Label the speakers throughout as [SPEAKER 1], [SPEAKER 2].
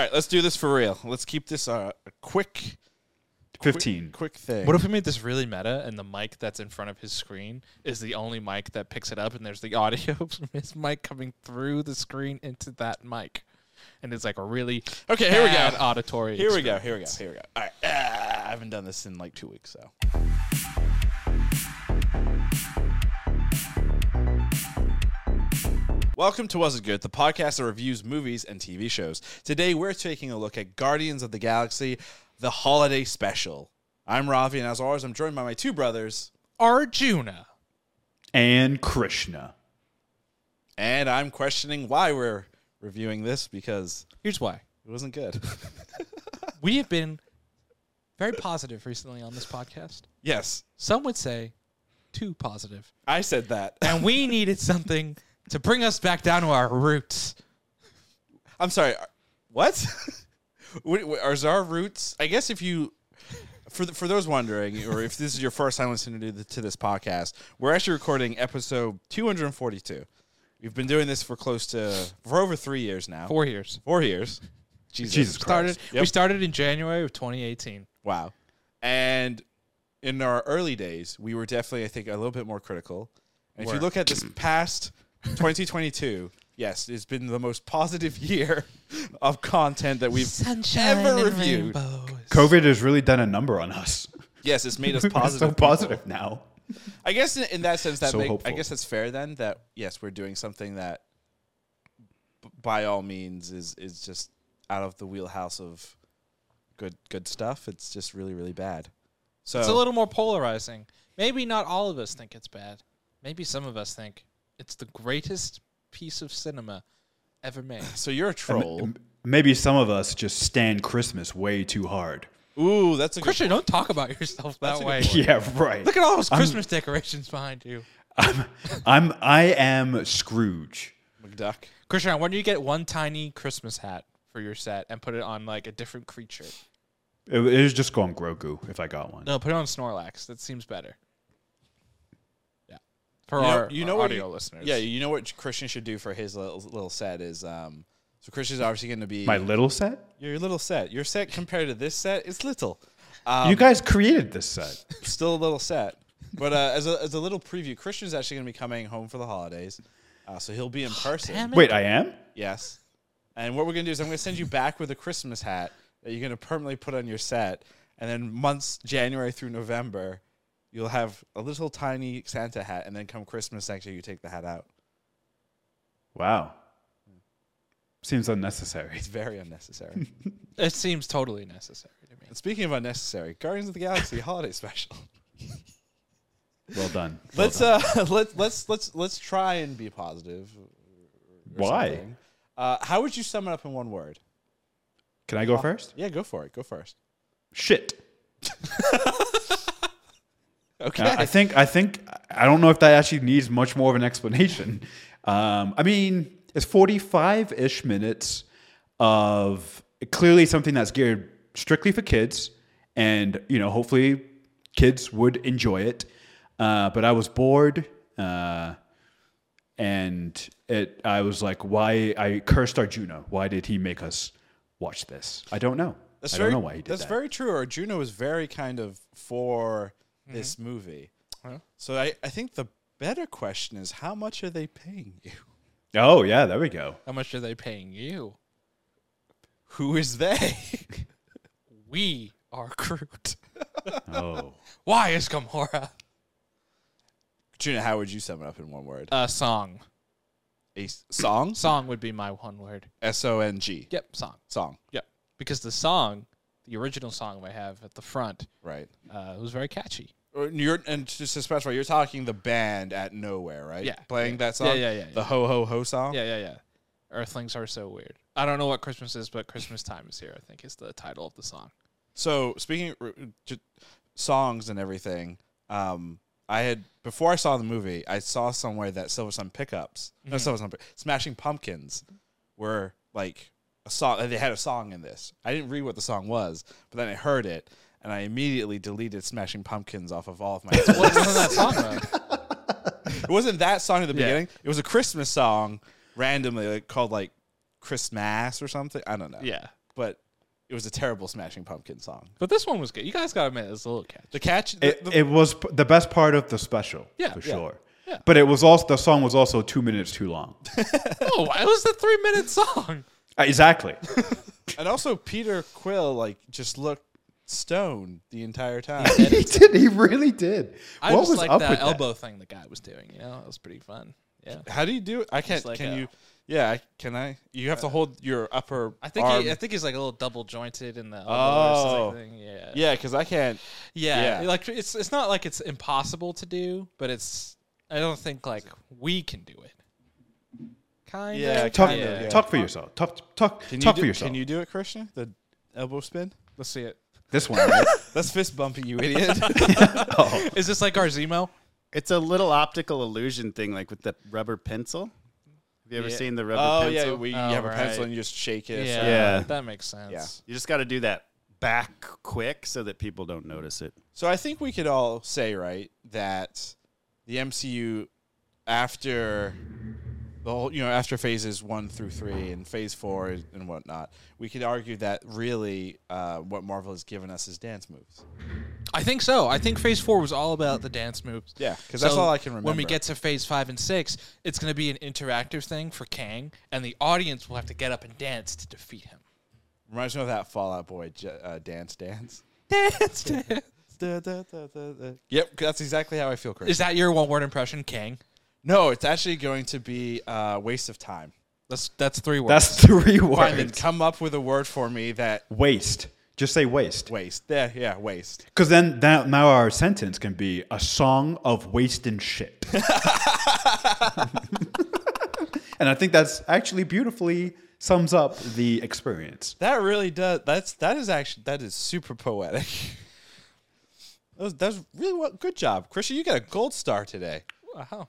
[SPEAKER 1] right, let's do this for real. Let's keep this uh, a quick, quick-
[SPEAKER 2] 15.
[SPEAKER 1] quick thing.
[SPEAKER 3] What if we made this really meta and the mic that's in front of his screen is the only mic that picks it up and there's the audio from his mic coming through the screen into that mic? And it's like a really
[SPEAKER 1] Okay, here we go.
[SPEAKER 3] bad auditory.
[SPEAKER 1] Here we go.
[SPEAKER 3] experience.
[SPEAKER 1] Here we go. Here we go. All right. Ah, I haven't done this in like two weeks, so. Welcome to Was It Good, the podcast that reviews movies and TV shows. Today, we're taking a look at Guardians of the Galaxy, the holiday special. I'm Ravi, and as always, I'm joined by my two brothers,
[SPEAKER 3] Arjuna.
[SPEAKER 2] And Krishna.
[SPEAKER 1] and I'm questioning why we're reviewing this because
[SPEAKER 3] Here's why.
[SPEAKER 1] it wasn't good.
[SPEAKER 3] We have been very positive recently on this podcast.
[SPEAKER 1] yes,
[SPEAKER 3] Some would say too positive.
[SPEAKER 1] I said that.
[SPEAKER 3] And we needed something to bring us back down to our roots.
[SPEAKER 1] I'm sorry. are- What? Wait, wait, Are our roots? I guess if you, for th for those wondering, or if this is your first time listening to, the, to this podcast, we're actually recording episode 242. We've been doing this for close to for over three years now.
[SPEAKER 3] Four years.
[SPEAKER 1] Four years. Jesus,
[SPEAKER 2] Jesus
[SPEAKER 3] Started.
[SPEAKER 1] Yep.
[SPEAKER 3] We started in January of 2018.
[SPEAKER 1] Wow. And in our early days, we were definitely, I think, a little bit more critical. And if you
[SPEAKER 3] Were.
[SPEAKER 1] look at this past 2022, yes, it's been the most positive year of content that we've ever reviewed.
[SPEAKER 2] COVID has really done a number on us.
[SPEAKER 1] Yes, it's made us
[SPEAKER 2] We're
[SPEAKER 1] positive.
[SPEAKER 2] so
[SPEAKER 1] people.
[SPEAKER 2] positive now.
[SPEAKER 1] I guess in, in that sense, that
[SPEAKER 2] So
[SPEAKER 1] make, I
[SPEAKER 2] hopeful.
[SPEAKER 1] guess that's fair then. That yes, we're doing something that, b- by all means, is is just out of the wheelhouse of good good stuff. It's just really really bad. So
[SPEAKER 3] It's a little more polarizing. Maybe not all of us think it's bad. Maybe some of us think it's the greatest piece of cinema ever made.
[SPEAKER 1] so you're a troll.
[SPEAKER 2] M- Maybe some of us just stand Christmas way too hard.
[SPEAKER 1] Ooh, that's a good
[SPEAKER 3] Christian, don't talk about yourself that
[SPEAKER 1] a good
[SPEAKER 3] way.
[SPEAKER 2] Yeah, right.
[SPEAKER 3] Look at all those Christmas decorations behind you.
[SPEAKER 2] I'm, I'm I am Scrooge.
[SPEAKER 1] McDuck.
[SPEAKER 3] Christian, why don't you get one tiny Christmas hat for your set and put it on like a different creature?
[SPEAKER 2] It, it was just going Grogu if I got one.
[SPEAKER 3] No, put it on Snorlax. That seems better. Yeah. For
[SPEAKER 1] You know-
[SPEAKER 3] our,
[SPEAKER 1] you
[SPEAKER 3] our
[SPEAKER 1] know what
[SPEAKER 3] audio
[SPEAKER 1] you-
[SPEAKER 3] listeners.
[SPEAKER 1] Yeah, you know what Christian should do for his little, little set is um. So Christian's obviously going to be
[SPEAKER 2] My little set.
[SPEAKER 1] your little set. Your set compared to this set, it's little. Um,
[SPEAKER 2] you guys created this set.
[SPEAKER 1] still a little set. But uh, as, a, as a little preview, Christian's actually going to be coming home for the holidays. Uh, so he'll be in person.
[SPEAKER 3] damn it.
[SPEAKER 2] Wait, I am.
[SPEAKER 1] Yes. And what we're going to do is I'm going to send you back with a Christmas hat that you're going to permanently put on your set. And then months, January through November, you'll have a little tiny Santa hat. And then come Christmas, actually, you take the hat out.
[SPEAKER 2] Wow. Seems unnecessary.
[SPEAKER 1] It's very unnecessary.
[SPEAKER 3] It seems totally necessary to me.
[SPEAKER 1] and speaking of unnecessary, Guardians of the Galaxy holiday special.
[SPEAKER 2] Well done.
[SPEAKER 1] Let's uh let's let's let's let's try and be positive. or
[SPEAKER 2] Why?
[SPEAKER 1] something. Uh, how would you sum it up in one word?
[SPEAKER 2] Can I go first?
[SPEAKER 1] Yeah, go for it. Go first.
[SPEAKER 2] Shit.
[SPEAKER 1] Okay.
[SPEAKER 2] I I think I think I don't know if that actually needs much more of an explanation. Um, I mean, it's forty-five ish minutes of clearly something that's geared strictly for kids, and you know, hopefully, kids would enjoy it. Uh, but I was bored. Uh, and it, I was like, why? I cursed Arjuna. Why did he make us watch this? I don't know. I don't
[SPEAKER 1] very,
[SPEAKER 2] know why he did
[SPEAKER 1] That's
[SPEAKER 2] that.
[SPEAKER 1] very true. Arjuna was very kind of for
[SPEAKER 3] Mm-hmm.
[SPEAKER 1] this movie. So I, I think the better question is how much are they paying you?
[SPEAKER 2] oh yeah, there we go.
[SPEAKER 3] How much are they paying you?
[SPEAKER 1] Who is they?
[SPEAKER 3] We are Groot.
[SPEAKER 2] Oh.
[SPEAKER 3] Why is Gamora
[SPEAKER 1] Arjuna, how would you sum it up in one word?
[SPEAKER 3] a song?
[SPEAKER 1] A s- song?
[SPEAKER 3] Song would be my one word.
[SPEAKER 1] S O N G.
[SPEAKER 3] Yep, song.
[SPEAKER 1] Song.
[SPEAKER 3] Yep. Because the song, the original song we have at the front,
[SPEAKER 1] Right.
[SPEAKER 3] uh, was very catchy.
[SPEAKER 1] Or You're, and just to specify, you're talking the band at nowhere, right?
[SPEAKER 3] Yeah.
[SPEAKER 1] Playing that song?
[SPEAKER 3] Yeah, yeah, yeah,
[SPEAKER 1] The
[SPEAKER 3] yeah.
[SPEAKER 1] Ho Ho Ho song?
[SPEAKER 3] Yeah, yeah, yeah. Earthlings are so weird. I don't know what Christmas is, but Christmas time is here. I think is the title of the song.
[SPEAKER 1] So speaking r- j- songs and everything, um, I had before I saw the movie, I saw somewhere that Silver Sun pickups,
[SPEAKER 3] Mm-hmm.
[SPEAKER 1] no Silver Sun, Pick- Smashing Pumpkins, were like a song. They had a song in this. I didn't read what the song was, but then I heard it, and I immediately deleted Smashing Pumpkins off of all of my.
[SPEAKER 3] What wasn't that song? though?
[SPEAKER 1] it wasn't that song at the
[SPEAKER 3] Yeah.
[SPEAKER 1] beginning. It was a Christmas song, randomly like, called like Christmas or something. I don't know.
[SPEAKER 3] yeah,
[SPEAKER 1] but it was a terrible Smashing Pumpkin song.
[SPEAKER 3] But this one was good. You guys got to admit, it's a little catch.
[SPEAKER 1] The catch, the,
[SPEAKER 2] It,
[SPEAKER 1] the-
[SPEAKER 2] it was p- the best part of the special,
[SPEAKER 3] Yeah,
[SPEAKER 2] for
[SPEAKER 3] yeah,
[SPEAKER 2] sure.
[SPEAKER 3] yeah.
[SPEAKER 2] But it was also the song was also two minutes too long.
[SPEAKER 3] oh, it was the three minute song.
[SPEAKER 2] Uh, exactly.
[SPEAKER 1] and also Peter Quill like just looked stoned the entire time.
[SPEAKER 2] he did. He really did.
[SPEAKER 3] I
[SPEAKER 2] what
[SPEAKER 3] just
[SPEAKER 2] was
[SPEAKER 3] like
[SPEAKER 2] up
[SPEAKER 3] that
[SPEAKER 2] with
[SPEAKER 3] elbow thing the guy was doing. You know, it was pretty fun. Yeah.
[SPEAKER 1] How do you do? it? I can't.
[SPEAKER 3] like
[SPEAKER 1] can
[SPEAKER 3] a-
[SPEAKER 1] you? Yeah, I- can I? You have to hold your upper.
[SPEAKER 3] I think
[SPEAKER 1] arm.
[SPEAKER 3] he, I think he's like a little double jointed in the elbow
[SPEAKER 1] Oh.
[SPEAKER 3] or something. Yeah.
[SPEAKER 1] yeah, because I can't.
[SPEAKER 3] Yeah,
[SPEAKER 1] Yeah.
[SPEAKER 3] like it's it's not like it's impossible to do, but it's I don't think like we can do it. Kind
[SPEAKER 1] Yeah,
[SPEAKER 3] of.
[SPEAKER 2] Talk,
[SPEAKER 1] kind of, yeah.
[SPEAKER 2] talk for yourself. Talk, talk,
[SPEAKER 1] Can
[SPEAKER 2] talk
[SPEAKER 1] you do,
[SPEAKER 2] for yourself.
[SPEAKER 1] Can you do it, Christian? The elbow spin.
[SPEAKER 3] Let's see it.
[SPEAKER 2] This one, right?
[SPEAKER 1] That's fist bumping, you idiot. Oh.
[SPEAKER 3] Is this like our Zemo?
[SPEAKER 4] It's a little optical illusion thing, like with the rubber pencil. Have you ever
[SPEAKER 3] Yeah.
[SPEAKER 4] seen the rubber
[SPEAKER 1] oh
[SPEAKER 4] pencil?
[SPEAKER 1] yeah, we you
[SPEAKER 3] Oh,
[SPEAKER 1] have a
[SPEAKER 3] right.
[SPEAKER 1] pencil and you just shake it. so-
[SPEAKER 4] Yeah.
[SPEAKER 3] that makes sense.
[SPEAKER 1] Yeah.
[SPEAKER 4] You just got to do that back quick so that people don't notice it.
[SPEAKER 1] So I think we could all say, right, that the MCU after the whole, you know, after phases one through three and phase four and whatnot, we could argue that really uh, what Marvel has given us is dance moves.
[SPEAKER 3] I think so. I think Phase Four was all about the dance moves.
[SPEAKER 1] Yeah, 'cause that's all I can
[SPEAKER 3] When we
[SPEAKER 1] remember.
[SPEAKER 3] get to Phase Five and Six, it's going to be an interactive thing for Kang, and the audience will have to get up and dance to defeat him.
[SPEAKER 1] Reminds me of that Fallout Boy j- uh, dance dance.
[SPEAKER 3] Dance, dance.
[SPEAKER 1] Da, da, da, da, da. Yep, that's exactly how I feel, Chris.
[SPEAKER 3] Is that your one word impression, Kang?
[SPEAKER 1] no, it's actually going to be uh, waste of time.
[SPEAKER 3] That's that's three words.
[SPEAKER 2] That's three
[SPEAKER 1] Fine, then
[SPEAKER 2] words.
[SPEAKER 1] come up with a word for me that
[SPEAKER 2] Waste. Just say waste.
[SPEAKER 1] waste. Yeah, yeah, waste.
[SPEAKER 2] Because then that, now our sentence can be a song of waste and shit. and I think that's actually beautifully sums up the experience.
[SPEAKER 1] That really does. That's that is actually that is super poetic. that was, that's really what. Good job, Christian. You got a gold star today.
[SPEAKER 3] wow.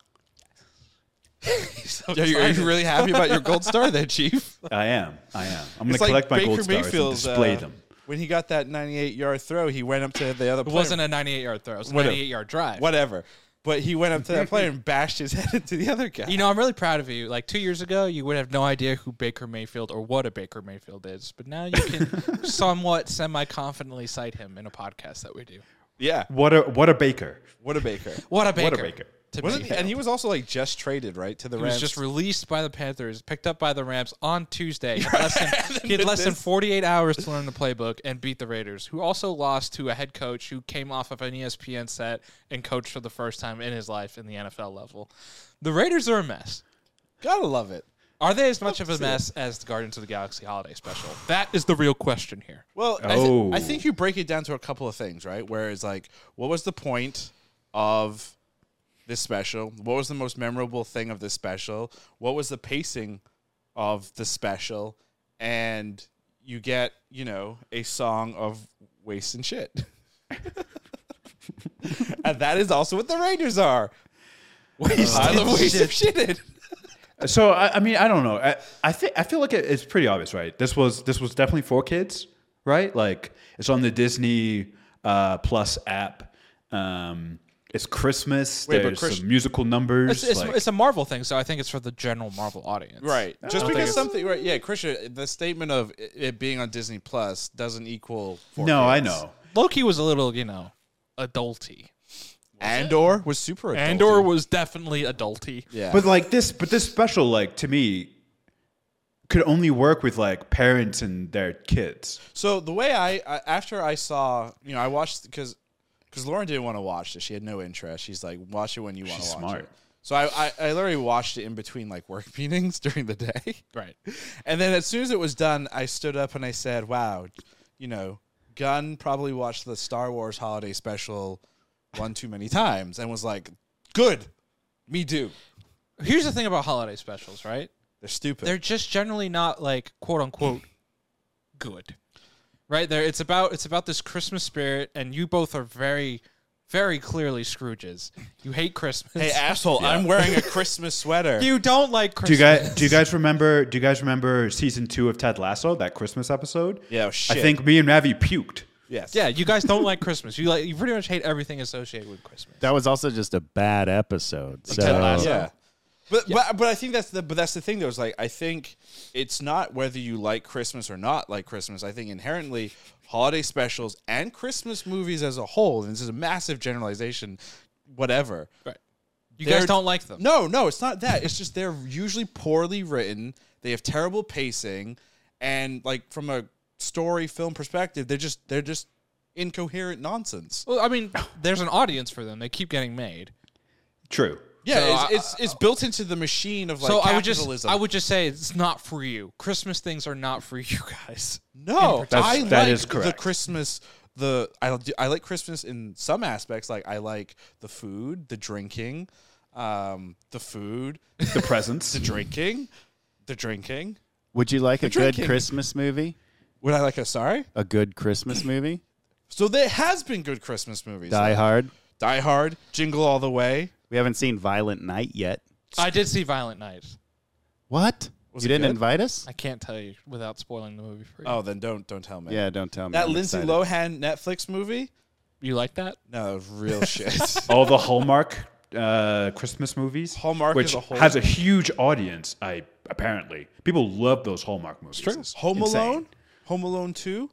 [SPEAKER 1] Are you, are you really happy about your gold star, there, Chief?
[SPEAKER 2] I am. I am. I'm going to collect my gold stars and display
[SPEAKER 1] uh,
[SPEAKER 2] them.
[SPEAKER 1] When he got that 98 yard throw, he went up to the other.
[SPEAKER 3] It wasn't a 98 yard throw. It was a
[SPEAKER 1] Whatever.
[SPEAKER 3] 98 yard drive.
[SPEAKER 1] whatever. But he went up to that player and bashed his head into the other guy.
[SPEAKER 3] You know, I'm really proud of you. Like two years ago, you would have no idea who Baker Mayfield or what a Baker Mayfield is, but now you can somewhat semi confidently cite him in a podcast that we do.
[SPEAKER 1] yeah,
[SPEAKER 2] What a, what a baker.
[SPEAKER 1] what a baker.
[SPEAKER 3] What a Baker!
[SPEAKER 2] Baker.
[SPEAKER 3] To
[SPEAKER 1] Wasn't
[SPEAKER 3] be.
[SPEAKER 1] he, and he was also like just traded right to the
[SPEAKER 3] He
[SPEAKER 1] Rams.
[SPEAKER 3] was just released by the Panthers, picked up by the Rams on Tuesday. He had less than, he had
[SPEAKER 1] did
[SPEAKER 3] less than
[SPEAKER 1] this.
[SPEAKER 3] 48 hours to learn the playbook and beat the Raiders, who also lost to a head coach who came off of an E ESPN set and coached for the first time in his life in the NFL level. The Raiders are a mess.
[SPEAKER 1] Gotta love it.
[SPEAKER 3] Are they as much of a mess as the Guardians of the Galaxy holiday special? That is the real question here.
[SPEAKER 1] Well, I, thi-
[SPEAKER 2] Oh.
[SPEAKER 1] I think you break it down to a couple of things, right? Where it's like, what was the point of this special? What was the most memorable thing of this special? What was the pacing of the special? And you get, you know, a song of waste and shit. and that is also what the Raiders are. Waste I love waste of shit.
[SPEAKER 2] So I, I mean I don't know I, I think I feel like it, it's pretty obvious right this was this was definitely for kids right like it's on the Disney uh, Plus app um, it's Christmas
[SPEAKER 1] Wait, but
[SPEAKER 2] there's
[SPEAKER 1] Chris-
[SPEAKER 2] some musical numbers
[SPEAKER 3] It's, it's,
[SPEAKER 2] like-
[SPEAKER 3] it's a Marvel thing, so I think it's for the general Marvel audience.
[SPEAKER 1] Right. Just
[SPEAKER 3] don't think
[SPEAKER 1] because
[SPEAKER 3] it's-
[SPEAKER 1] something, right? Yeah, Christian, the statement of it- it being on Disney Plus doesn't equal. for
[SPEAKER 2] no I
[SPEAKER 1] kids.
[SPEAKER 2] know
[SPEAKER 3] Loki was a little, you know, adulty.
[SPEAKER 1] Andor was super. Adulty.
[SPEAKER 3] Andor was definitely adulty.
[SPEAKER 1] yeah.
[SPEAKER 2] but like this but this special like to me could only work with like parents and their kids
[SPEAKER 1] so the way I, I after I saw, you know, I watched because because Lauren didn't want to watch this. She had no interest. She's like, watch it when you want to
[SPEAKER 2] She's
[SPEAKER 1] watch
[SPEAKER 2] smart.
[SPEAKER 1] it. So I, I I literally watched it in between like work meetings during the day,
[SPEAKER 3] Right.
[SPEAKER 1] and then as soon as it was done, I stood up and I said, "Wow, you know, Gunn probably watched the Star Wars holiday special one too many times," and was like, "Good, me do."
[SPEAKER 3] Here's the thing about holiday specials, right?
[SPEAKER 1] They're stupid.
[SPEAKER 3] They're just generally not like quote unquote good. Right? There it's about it's about this Christmas spirit and you both are very very clearly Scrooges. You hate Christmas.
[SPEAKER 1] hey asshole, I'm wearing a Christmas sweater.
[SPEAKER 3] you don't like
[SPEAKER 2] do
[SPEAKER 3] Christmas.
[SPEAKER 2] you guys do you guys remember do you guys remember season two of Ted Lasso that Christmas episode
[SPEAKER 1] Yeah, Oh, shit.
[SPEAKER 2] I think me and Ravi puked
[SPEAKER 1] yes.
[SPEAKER 3] Yeah, you guys don't like Christmas. You like you pretty much hate everything associated with Christmas.
[SPEAKER 4] That was also just a bad episode. So
[SPEAKER 3] Ted Lasso.
[SPEAKER 1] Yeah. But, but but I think that's the but that's the thing though. Is like I think it's not whether you like Christmas or not like Christmas. I think inherently holiday specials and Christmas movies as a whole, and this is a massive generalization, whatever.
[SPEAKER 3] Right. You
[SPEAKER 1] They're-
[SPEAKER 3] guys don't like them.
[SPEAKER 1] No, no, it's not that. It's just they're usually poorly written. They have terrible pacing, and like from a story film perspective, they're just they're just incoherent nonsense.
[SPEAKER 3] Well, I mean, there's an audience for them. They keep getting made.
[SPEAKER 2] True.
[SPEAKER 1] Yeah,
[SPEAKER 3] So
[SPEAKER 1] it's,
[SPEAKER 3] I-
[SPEAKER 1] it's it's built into the machine of like
[SPEAKER 3] so I would
[SPEAKER 1] capitalism.
[SPEAKER 3] just, I would just say it's not for you. Christmas things are not for you guys.
[SPEAKER 1] No,
[SPEAKER 2] That's-
[SPEAKER 1] I
[SPEAKER 2] that
[SPEAKER 1] like
[SPEAKER 2] is
[SPEAKER 1] the
[SPEAKER 2] correct.
[SPEAKER 1] Christmas. The I do- I like Christmas in some aspects. Like I like the food, the drinking, um, the food,
[SPEAKER 2] The presence.
[SPEAKER 1] the drinking, the drinking.
[SPEAKER 4] Would you like a
[SPEAKER 1] drinking.
[SPEAKER 4] good Christmas movie?
[SPEAKER 1] Would I like a sorry?
[SPEAKER 4] A good Christmas movie?
[SPEAKER 1] So there has been good Christmas movies.
[SPEAKER 4] Die Hard.
[SPEAKER 1] Die Hard, Jingle All the Way.
[SPEAKER 4] We haven't seen Violent Night yet.
[SPEAKER 3] I did see Violent Night.
[SPEAKER 4] What?
[SPEAKER 1] Was
[SPEAKER 4] you
[SPEAKER 1] it
[SPEAKER 4] didn't
[SPEAKER 1] good?
[SPEAKER 4] invite us?
[SPEAKER 3] I can't tell you without spoiling the movie for you.
[SPEAKER 1] Oh, then don't don't tell me.
[SPEAKER 4] Yeah, don't tell me.
[SPEAKER 1] that
[SPEAKER 4] I'm
[SPEAKER 1] Lindsay
[SPEAKER 4] excited.
[SPEAKER 1] Lohan Netflix movie.
[SPEAKER 3] You like that?
[SPEAKER 1] No, that was real shit.
[SPEAKER 2] all the Hallmark uh, Christmas movies.
[SPEAKER 1] Hallmark
[SPEAKER 2] which
[SPEAKER 1] is a whole-
[SPEAKER 2] has a huge audience. I apparently people love those Hallmark movies.
[SPEAKER 1] Home
[SPEAKER 2] Insane.
[SPEAKER 1] Alone, Home Alone Two.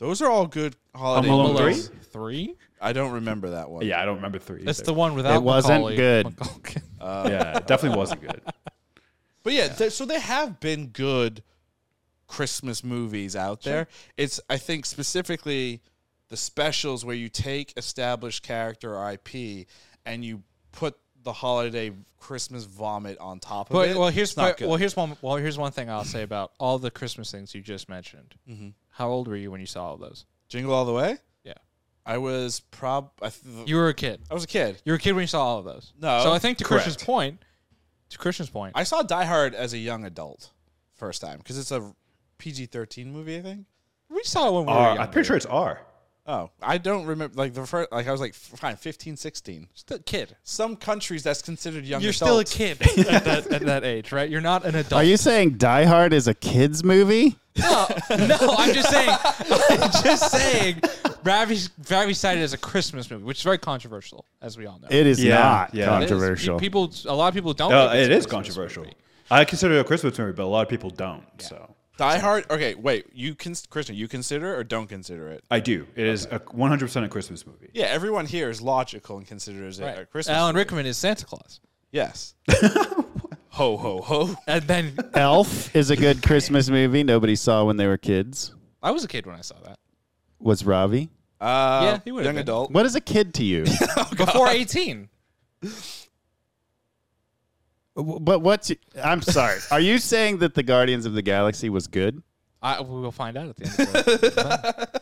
[SPEAKER 1] Those are all good holiday.
[SPEAKER 2] Home Alone
[SPEAKER 1] movies.
[SPEAKER 2] Three?
[SPEAKER 3] Three?
[SPEAKER 1] I don't remember that one.
[SPEAKER 2] Yeah, I don't remember three.
[SPEAKER 3] That's
[SPEAKER 2] either.
[SPEAKER 3] the one without.
[SPEAKER 4] It wasn't
[SPEAKER 3] Macaulay
[SPEAKER 4] good.
[SPEAKER 3] Culkin.
[SPEAKER 2] yeah, it definitely wasn't good.
[SPEAKER 1] But yeah, there- so there have been good Christmas movies out there. It's I think specifically the specials where you take established character or IP and you put the holiday Christmas vomit on top of
[SPEAKER 3] But
[SPEAKER 1] it.
[SPEAKER 3] well, here's
[SPEAKER 1] It's not
[SPEAKER 3] but-
[SPEAKER 1] good.
[SPEAKER 3] well, here's one well, here's one thing I'll say about all the Christmas things you just mentioned.
[SPEAKER 1] Mm-hmm.
[SPEAKER 3] How old were you when you saw all those?
[SPEAKER 1] Jingle all the way.
[SPEAKER 3] Yeah,
[SPEAKER 1] I was prob I, th-
[SPEAKER 3] you were a kid.
[SPEAKER 1] I was a kid.
[SPEAKER 3] You were a kid when you saw all of those.
[SPEAKER 1] No,
[SPEAKER 3] So I think to
[SPEAKER 2] correct.
[SPEAKER 3] Christian's point, to Christian's point,
[SPEAKER 1] I saw Die Hard as a young adult first time because it's a PG thirteen movie. I think.
[SPEAKER 3] we saw it when we were
[SPEAKER 2] R.
[SPEAKER 3] younger.
[SPEAKER 2] I'm pretty sure it's R.
[SPEAKER 1] Oh, I don't remember like the first like I was like fine 15, 16.
[SPEAKER 3] Still a kid.
[SPEAKER 1] Some countries that's considered young.
[SPEAKER 3] You're
[SPEAKER 1] adult.
[SPEAKER 3] still a kid at that, at that age, right? You're not an adult.
[SPEAKER 4] Are you saying Die Hard is a kids movie?
[SPEAKER 3] No, no, I'm just saying. I'm just saying. Ravi, Ravi cited it as a Christmas movie, which is very controversial, as we all know.
[SPEAKER 4] It is
[SPEAKER 2] Yeah,
[SPEAKER 4] not
[SPEAKER 2] yeah.
[SPEAKER 3] It is.
[SPEAKER 4] controversial.
[SPEAKER 3] People, a lot of people don't.
[SPEAKER 2] Uh,
[SPEAKER 3] think it's
[SPEAKER 2] it
[SPEAKER 3] a
[SPEAKER 2] is
[SPEAKER 3] Christmas
[SPEAKER 2] controversial.
[SPEAKER 3] movie.
[SPEAKER 2] I consider it a Christmas movie, but a lot of people don't. So
[SPEAKER 1] Die Hard. Okay, wait. You can, Christian, you consider or don't consider it?
[SPEAKER 2] I do. It is a 100 percent a Christmas movie.
[SPEAKER 1] Yeah, everyone here is logical and considers it a
[SPEAKER 3] Right.
[SPEAKER 1] Christmas.
[SPEAKER 3] Alan
[SPEAKER 1] movie.
[SPEAKER 3] Rickman is Santa Claus,
[SPEAKER 1] Yes. ho ho ho.
[SPEAKER 3] and then
[SPEAKER 4] Elf is a good Christmas movie nobody saw when they were kids.
[SPEAKER 3] I was a kid when I saw that.
[SPEAKER 4] Was Ravi?
[SPEAKER 1] Uh,
[SPEAKER 3] he
[SPEAKER 1] young
[SPEAKER 3] would've been.
[SPEAKER 1] adult.
[SPEAKER 4] What is a kid to you?
[SPEAKER 1] Oh,
[SPEAKER 3] Before 18,
[SPEAKER 4] but what's? I'm sorry. Are you saying that the Guardians of the Galaxy was good?
[SPEAKER 3] I, we will find out at the end. of the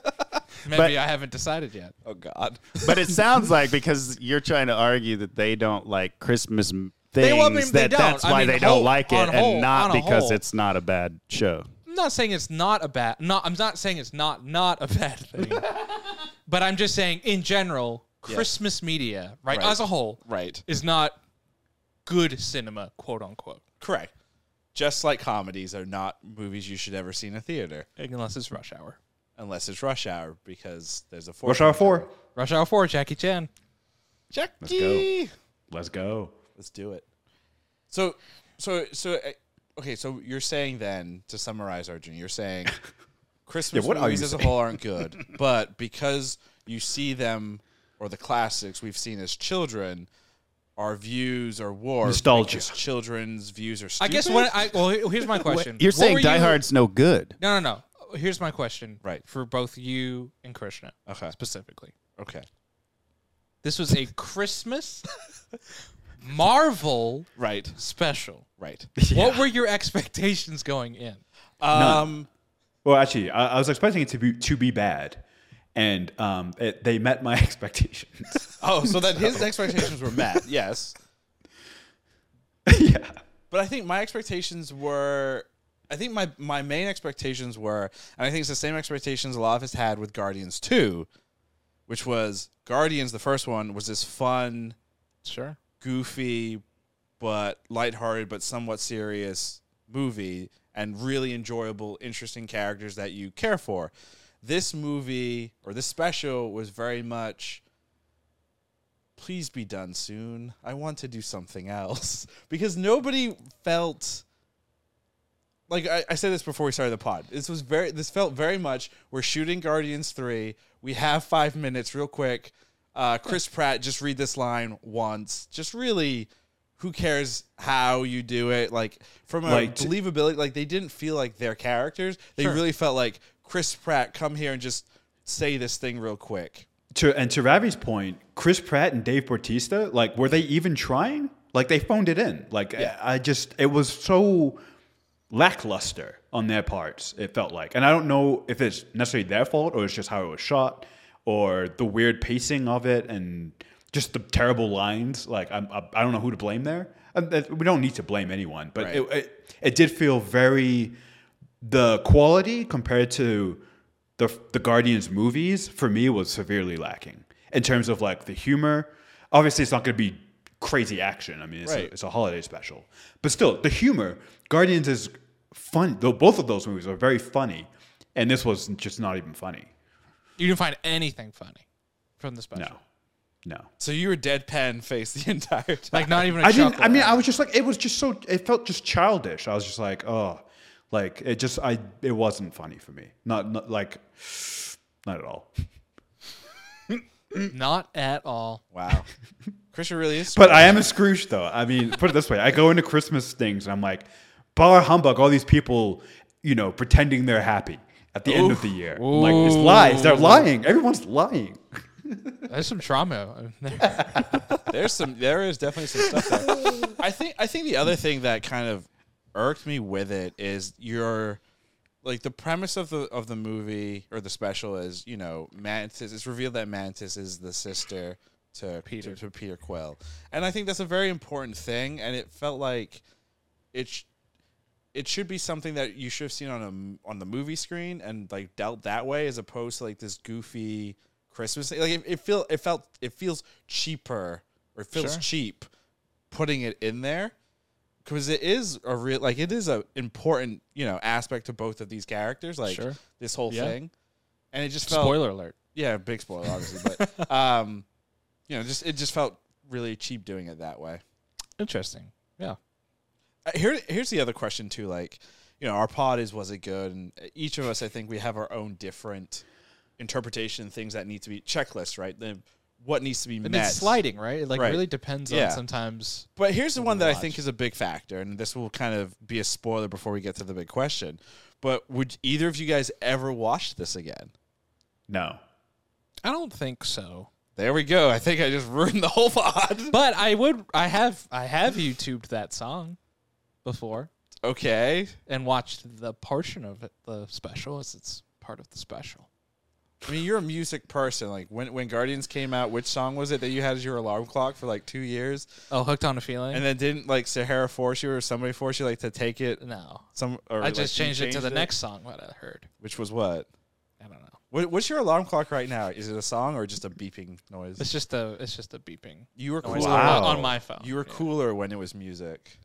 [SPEAKER 3] Maybe I haven't decided yet.
[SPEAKER 1] Oh God.
[SPEAKER 4] But it sounds like because you're trying to argue that they don't like Christmas m- things,
[SPEAKER 3] They- well, I mean, they
[SPEAKER 4] that that's
[SPEAKER 3] don't. I
[SPEAKER 4] why
[SPEAKER 3] mean,
[SPEAKER 4] they
[SPEAKER 3] whole-
[SPEAKER 4] don't like it,
[SPEAKER 3] on whole-
[SPEAKER 4] and not
[SPEAKER 3] on a
[SPEAKER 4] because
[SPEAKER 3] whole.
[SPEAKER 4] it's not a bad show.
[SPEAKER 3] I'm not saying it's not a bad. Not I'm not saying it's not not a bad thing, but I'm just saying in general, Christmas media, right,
[SPEAKER 1] Right.
[SPEAKER 3] as a whole,
[SPEAKER 1] Right.
[SPEAKER 3] is not good cinema, quote unquote,
[SPEAKER 1] Correct. Just like comedies are not movies you should ever see in a theater
[SPEAKER 3] unless it's Rush Hour.
[SPEAKER 1] unless it's Rush Hour because there's a four.
[SPEAKER 2] Rush Hour Four.
[SPEAKER 3] Rush Hour Four, Jackie Chan.
[SPEAKER 1] Jackie.
[SPEAKER 2] go. Let's go.
[SPEAKER 1] Let's do it. So, so, so, uh, okay. So you're saying then to summarize, Arjun, you're saying Christmas
[SPEAKER 2] what are
[SPEAKER 1] movies
[SPEAKER 2] you
[SPEAKER 1] as a whole aren't good, but because you see them or the classics we've seen as children, our views are warped.
[SPEAKER 2] Nostalgia.
[SPEAKER 1] because Children's views are.
[SPEAKER 3] I
[SPEAKER 1] Stupid?
[SPEAKER 3] guess when I well, he- here's my question.
[SPEAKER 4] You're
[SPEAKER 3] What were
[SPEAKER 4] saying Die
[SPEAKER 3] you-
[SPEAKER 4] Hard's no good.
[SPEAKER 3] No, no, no. Here's my question.
[SPEAKER 1] Right.
[SPEAKER 3] For both you and Krishna.
[SPEAKER 1] Okay.
[SPEAKER 3] Specifically.
[SPEAKER 1] Okay.
[SPEAKER 3] This was a Christmas Marvel
[SPEAKER 1] Right.
[SPEAKER 3] special.
[SPEAKER 1] Right.
[SPEAKER 3] What were your expectations going in?
[SPEAKER 1] Um.
[SPEAKER 2] Well, actually, I, I was expecting it to be to be bad, and um, it, they met my expectations.
[SPEAKER 1] Oh, so then his expectations were met. Yes.
[SPEAKER 2] yeah.
[SPEAKER 1] But I think my expectations were I think my my main expectations were and I think it's the same expectations a lot of us had with Guardians 2, which was Guardians the first one was this fun,
[SPEAKER 3] Sure.
[SPEAKER 1] goofy but lighthearted but somewhat serious movie and really enjoyable, interesting characters that you care for. This movie or this special was very much please be done soon. I want to do something else. Because nobody felt like I, I said this before we started the pod. This was very this felt very much we're shooting Guardians three. We have five minutes real quick. Uh, Chris Pratt, just read this line once. Just really who cares how you do it? Like from a
[SPEAKER 2] Like, t-
[SPEAKER 1] believability, like they didn't feel like their characters. They really felt like Chris Pratt, come here and just say this thing real quick.
[SPEAKER 2] To and to Ravi's point, Chris Pratt and Dave Bautista, like, were they even trying? Like, they phoned it in. Like, I, I just, it was so lackluster on their parts. It felt like, and I don't know if it's necessarily their fault or it's just how it was shot or the weird pacing of it and just the terrible lines. Like, I'm, I, I don't know who to blame there. And that- we don't need to blame anyone, but it, it it did feel very the quality compared to the the Guardians movies for me was severely lacking in terms of like the humor. Obviously, it's not going to be crazy action. I mean, it's,
[SPEAKER 1] Right.
[SPEAKER 2] a, it's a holiday special, but still, the humor. Guardians is fun. Though both of those movies are very funny, and this was just not even funny.
[SPEAKER 3] You didn't find anything funny from the special.
[SPEAKER 2] No, no.
[SPEAKER 1] So you were deadpan face the entire time.
[SPEAKER 3] Like not even. I
[SPEAKER 2] I didn't. I mean, I was just like, it was just so. It felt just childish. I was just like, oh, like it just. I. It wasn't funny for me. Not, not like, not at all.
[SPEAKER 3] not at all.
[SPEAKER 1] wow, Christian really is.
[SPEAKER 2] But I am a Scrooge, though. I mean, put it this way: I go into Christmas things, and I'm like, bar humbug. All these people, you know, pretending they're happy at the end of the year. I'm like, it's lies. They're lying. Everyone's lying.
[SPEAKER 3] There's some trauma. in there.
[SPEAKER 1] There's some. There is definitely some stuff. There. I think. I think the other thing that kind of irked me with it is your, like the premise of the of the movie or the special is you know Mantis. It's revealed that Mantis is the sister to Peter to, Peter Quill, and I think that's a very important thing. And it felt like it. Sh- it should be something that you should have seen on a on the movie screen and like dealt that way as opposed to like this goofy Christmas thing. Like it, it feel it felt it feels cheaper or it feels
[SPEAKER 3] Sure.
[SPEAKER 1] cheap putting it in there because it is a real like it is a important you know aspect to both of these characters like
[SPEAKER 3] Sure.
[SPEAKER 1] this whole
[SPEAKER 3] Yeah.
[SPEAKER 1] thing and it just felt
[SPEAKER 3] Spoiler alert.
[SPEAKER 1] yeah big spoiler obviously but um you know just it just felt really cheap doing it that way
[SPEAKER 3] Interesting. Yeah.
[SPEAKER 1] uh, here here's the other question too like you know our pod is was it good and uh, each of us i think we have our own different interpretation and things that need to be checklists right the, what needs to be
[SPEAKER 3] And
[SPEAKER 1] met
[SPEAKER 3] it's sliding, right? It like
[SPEAKER 1] Right.
[SPEAKER 3] really depends
[SPEAKER 1] Yeah.
[SPEAKER 3] on sometimes.
[SPEAKER 1] but here's the one that i think
[SPEAKER 3] watch.
[SPEAKER 1] is a big factor and this will kind of be a spoiler before we get to the big question but would either of you guys ever watch this again
[SPEAKER 2] No.
[SPEAKER 3] I don't think so.
[SPEAKER 1] there we go i think i just ruined the whole pod
[SPEAKER 3] But I would. I have. I have YouTubed that song before
[SPEAKER 1] okay
[SPEAKER 3] and watched the portion of it, the special, as it's part of the special.
[SPEAKER 1] i mean you're a music person like when, when guardians came out which song was it that you had as your alarm clock for like two years
[SPEAKER 3] Oh, hooked on a feeling.
[SPEAKER 1] And then didn't like Sahara force you or somebody force you like to take it?
[SPEAKER 3] no,
[SPEAKER 1] Some or,
[SPEAKER 3] I
[SPEAKER 1] like,
[SPEAKER 3] just
[SPEAKER 1] you
[SPEAKER 3] changed, it to the next song. What I heard.
[SPEAKER 1] which was what?
[SPEAKER 3] I don't know.
[SPEAKER 1] what? What's your alarm clock right now? Is it a song or just a beeping
[SPEAKER 3] It's
[SPEAKER 1] noise?
[SPEAKER 3] just a. It's just a beeping.
[SPEAKER 1] You were
[SPEAKER 3] noise
[SPEAKER 1] cooler.
[SPEAKER 2] Wow.
[SPEAKER 3] on, on my phone.
[SPEAKER 1] You were
[SPEAKER 3] Yeah.
[SPEAKER 1] cooler when it was music.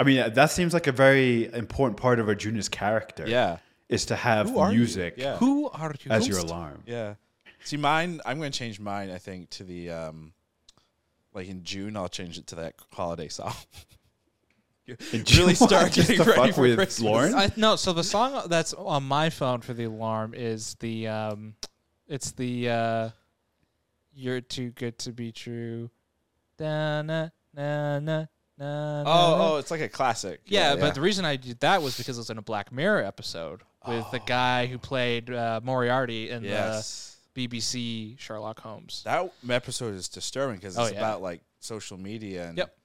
[SPEAKER 2] I mean, that seems like a very important part of Arjuna's character.
[SPEAKER 1] Yeah,
[SPEAKER 2] Is to have
[SPEAKER 1] Who are you?
[SPEAKER 2] music
[SPEAKER 1] Yeah.
[SPEAKER 3] Who are you?
[SPEAKER 2] as your alarm.
[SPEAKER 1] yeah. See, mine. I'm going to change mine. I think to the um, like in June, I'll change it to that holiday song.
[SPEAKER 2] Did
[SPEAKER 1] Really
[SPEAKER 2] you want
[SPEAKER 1] start
[SPEAKER 2] us to
[SPEAKER 1] getting ready
[SPEAKER 2] fuck
[SPEAKER 1] for
[SPEAKER 2] with
[SPEAKER 1] Christmas.
[SPEAKER 2] Lauren.
[SPEAKER 3] I, no, so the song that's on my phone for the alarm is the um, it's the uh, "You're Too Good to Be True." Da na na na na.
[SPEAKER 1] oh, oh, it's like a classic.
[SPEAKER 3] yeah, but the uh, reason I did that was because it was in a Black Mirror episode with the guy who played uh, Moriarty in
[SPEAKER 1] Oh. yes.
[SPEAKER 3] the BBC Sherlock Holmes,
[SPEAKER 1] That episode is disturbing because
[SPEAKER 3] Oh,
[SPEAKER 1] it's
[SPEAKER 3] yeah.
[SPEAKER 1] about like social media and
[SPEAKER 3] Yep.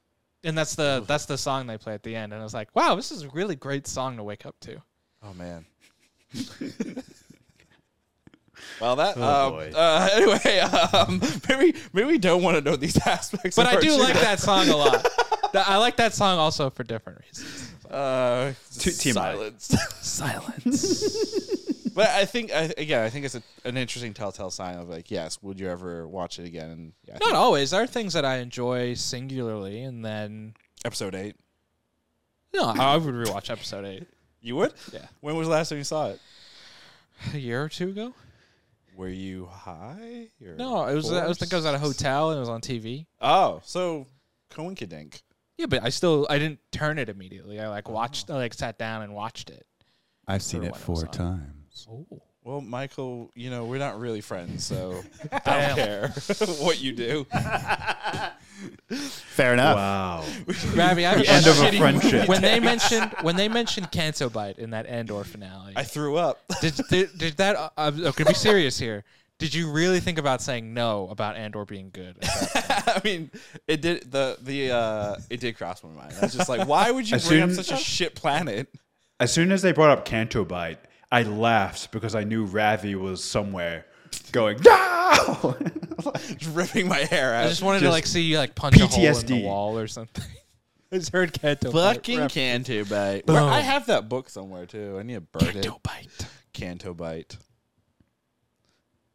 [SPEAKER 3] and that's the that's the song they play at the end. And I was like, wow, this is a really great song to wake up to.
[SPEAKER 1] Oh man. well, that.
[SPEAKER 2] Oh,
[SPEAKER 1] um,
[SPEAKER 2] boy.
[SPEAKER 1] uh, anyway, um, maybe maybe we don't want to know these aspects.
[SPEAKER 3] But
[SPEAKER 1] of
[SPEAKER 3] I
[SPEAKER 1] our
[SPEAKER 3] do like
[SPEAKER 1] children.
[SPEAKER 3] that song a lot. Th- I like that song also for different reasons.
[SPEAKER 1] Uh,
[SPEAKER 2] T- TMI.
[SPEAKER 1] silence.
[SPEAKER 3] Silence.
[SPEAKER 1] but I think I, again, I think it's a, an interesting telltale sign of like, yes, would you ever watch it again? And yeah, I
[SPEAKER 3] Not
[SPEAKER 1] think
[SPEAKER 3] always. There are things that I enjoy singularly, and then
[SPEAKER 1] episode eight.
[SPEAKER 3] no, I would rewatch episode eight
[SPEAKER 1] You would?
[SPEAKER 3] Yeah.
[SPEAKER 1] When was the last time you saw it?
[SPEAKER 3] a year or two ago.
[SPEAKER 1] Were you high? or
[SPEAKER 3] No, it was. I was think I was at a
[SPEAKER 1] forced?
[SPEAKER 3] hotel and it was on TV.
[SPEAKER 1] Oh, so coinkydink.
[SPEAKER 3] Yeah, but I still I didn't turn it immediately. I like watched. I like sat down and watched it.
[SPEAKER 4] I've seen
[SPEAKER 3] For
[SPEAKER 4] it
[SPEAKER 3] when it
[SPEAKER 4] four
[SPEAKER 3] was on.
[SPEAKER 4] times.
[SPEAKER 3] Oh,
[SPEAKER 1] Well, Michael, you know we're not really friends, so I don't care what you do.
[SPEAKER 4] Fair enough.
[SPEAKER 2] Wow.
[SPEAKER 3] Ravi, I have a
[SPEAKER 2] End of a
[SPEAKER 3] question.
[SPEAKER 2] friendship.
[SPEAKER 3] When they mentioned when they mentioned Canto Bite in that Endor finale,
[SPEAKER 1] I threw up.
[SPEAKER 3] did, did did that? Uh, I'm going to be serious here. Did you really think about saying no about Andor being good?
[SPEAKER 1] I mean, it did the the uh, it did cross my mind. I was just like, why would you
[SPEAKER 2] As
[SPEAKER 1] bring up
[SPEAKER 2] soon-
[SPEAKER 1] such a shit planet?
[SPEAKER 2] As soon as they brought up Canto Bite, I laughed because I knew Ravi was somewhere going, no!
[SPEAKER 1] ripping my hair out.
[SPEAKER 3] I just wanted to
[SPEAKER 2] Just
[SPEAKER 3] like see you like punch a hole in
[SPEAKER 2] PTSD.
[SPEAKER 3] the wall or something. I just heard Canto
[SPEAKER 1] fucking
[SPEAKER 3] Bite.
[SPEAKER 1] Canto Bite.
[SPEAKER 3] Boom.
[SPEAKER 1] I have that book somewhere too. I need to burn
[SPEAKER 3] Canto
[SPEAKER 1] it.
[SPEAKER 3] Bite.
[SPEAKER 1] Canto Bite.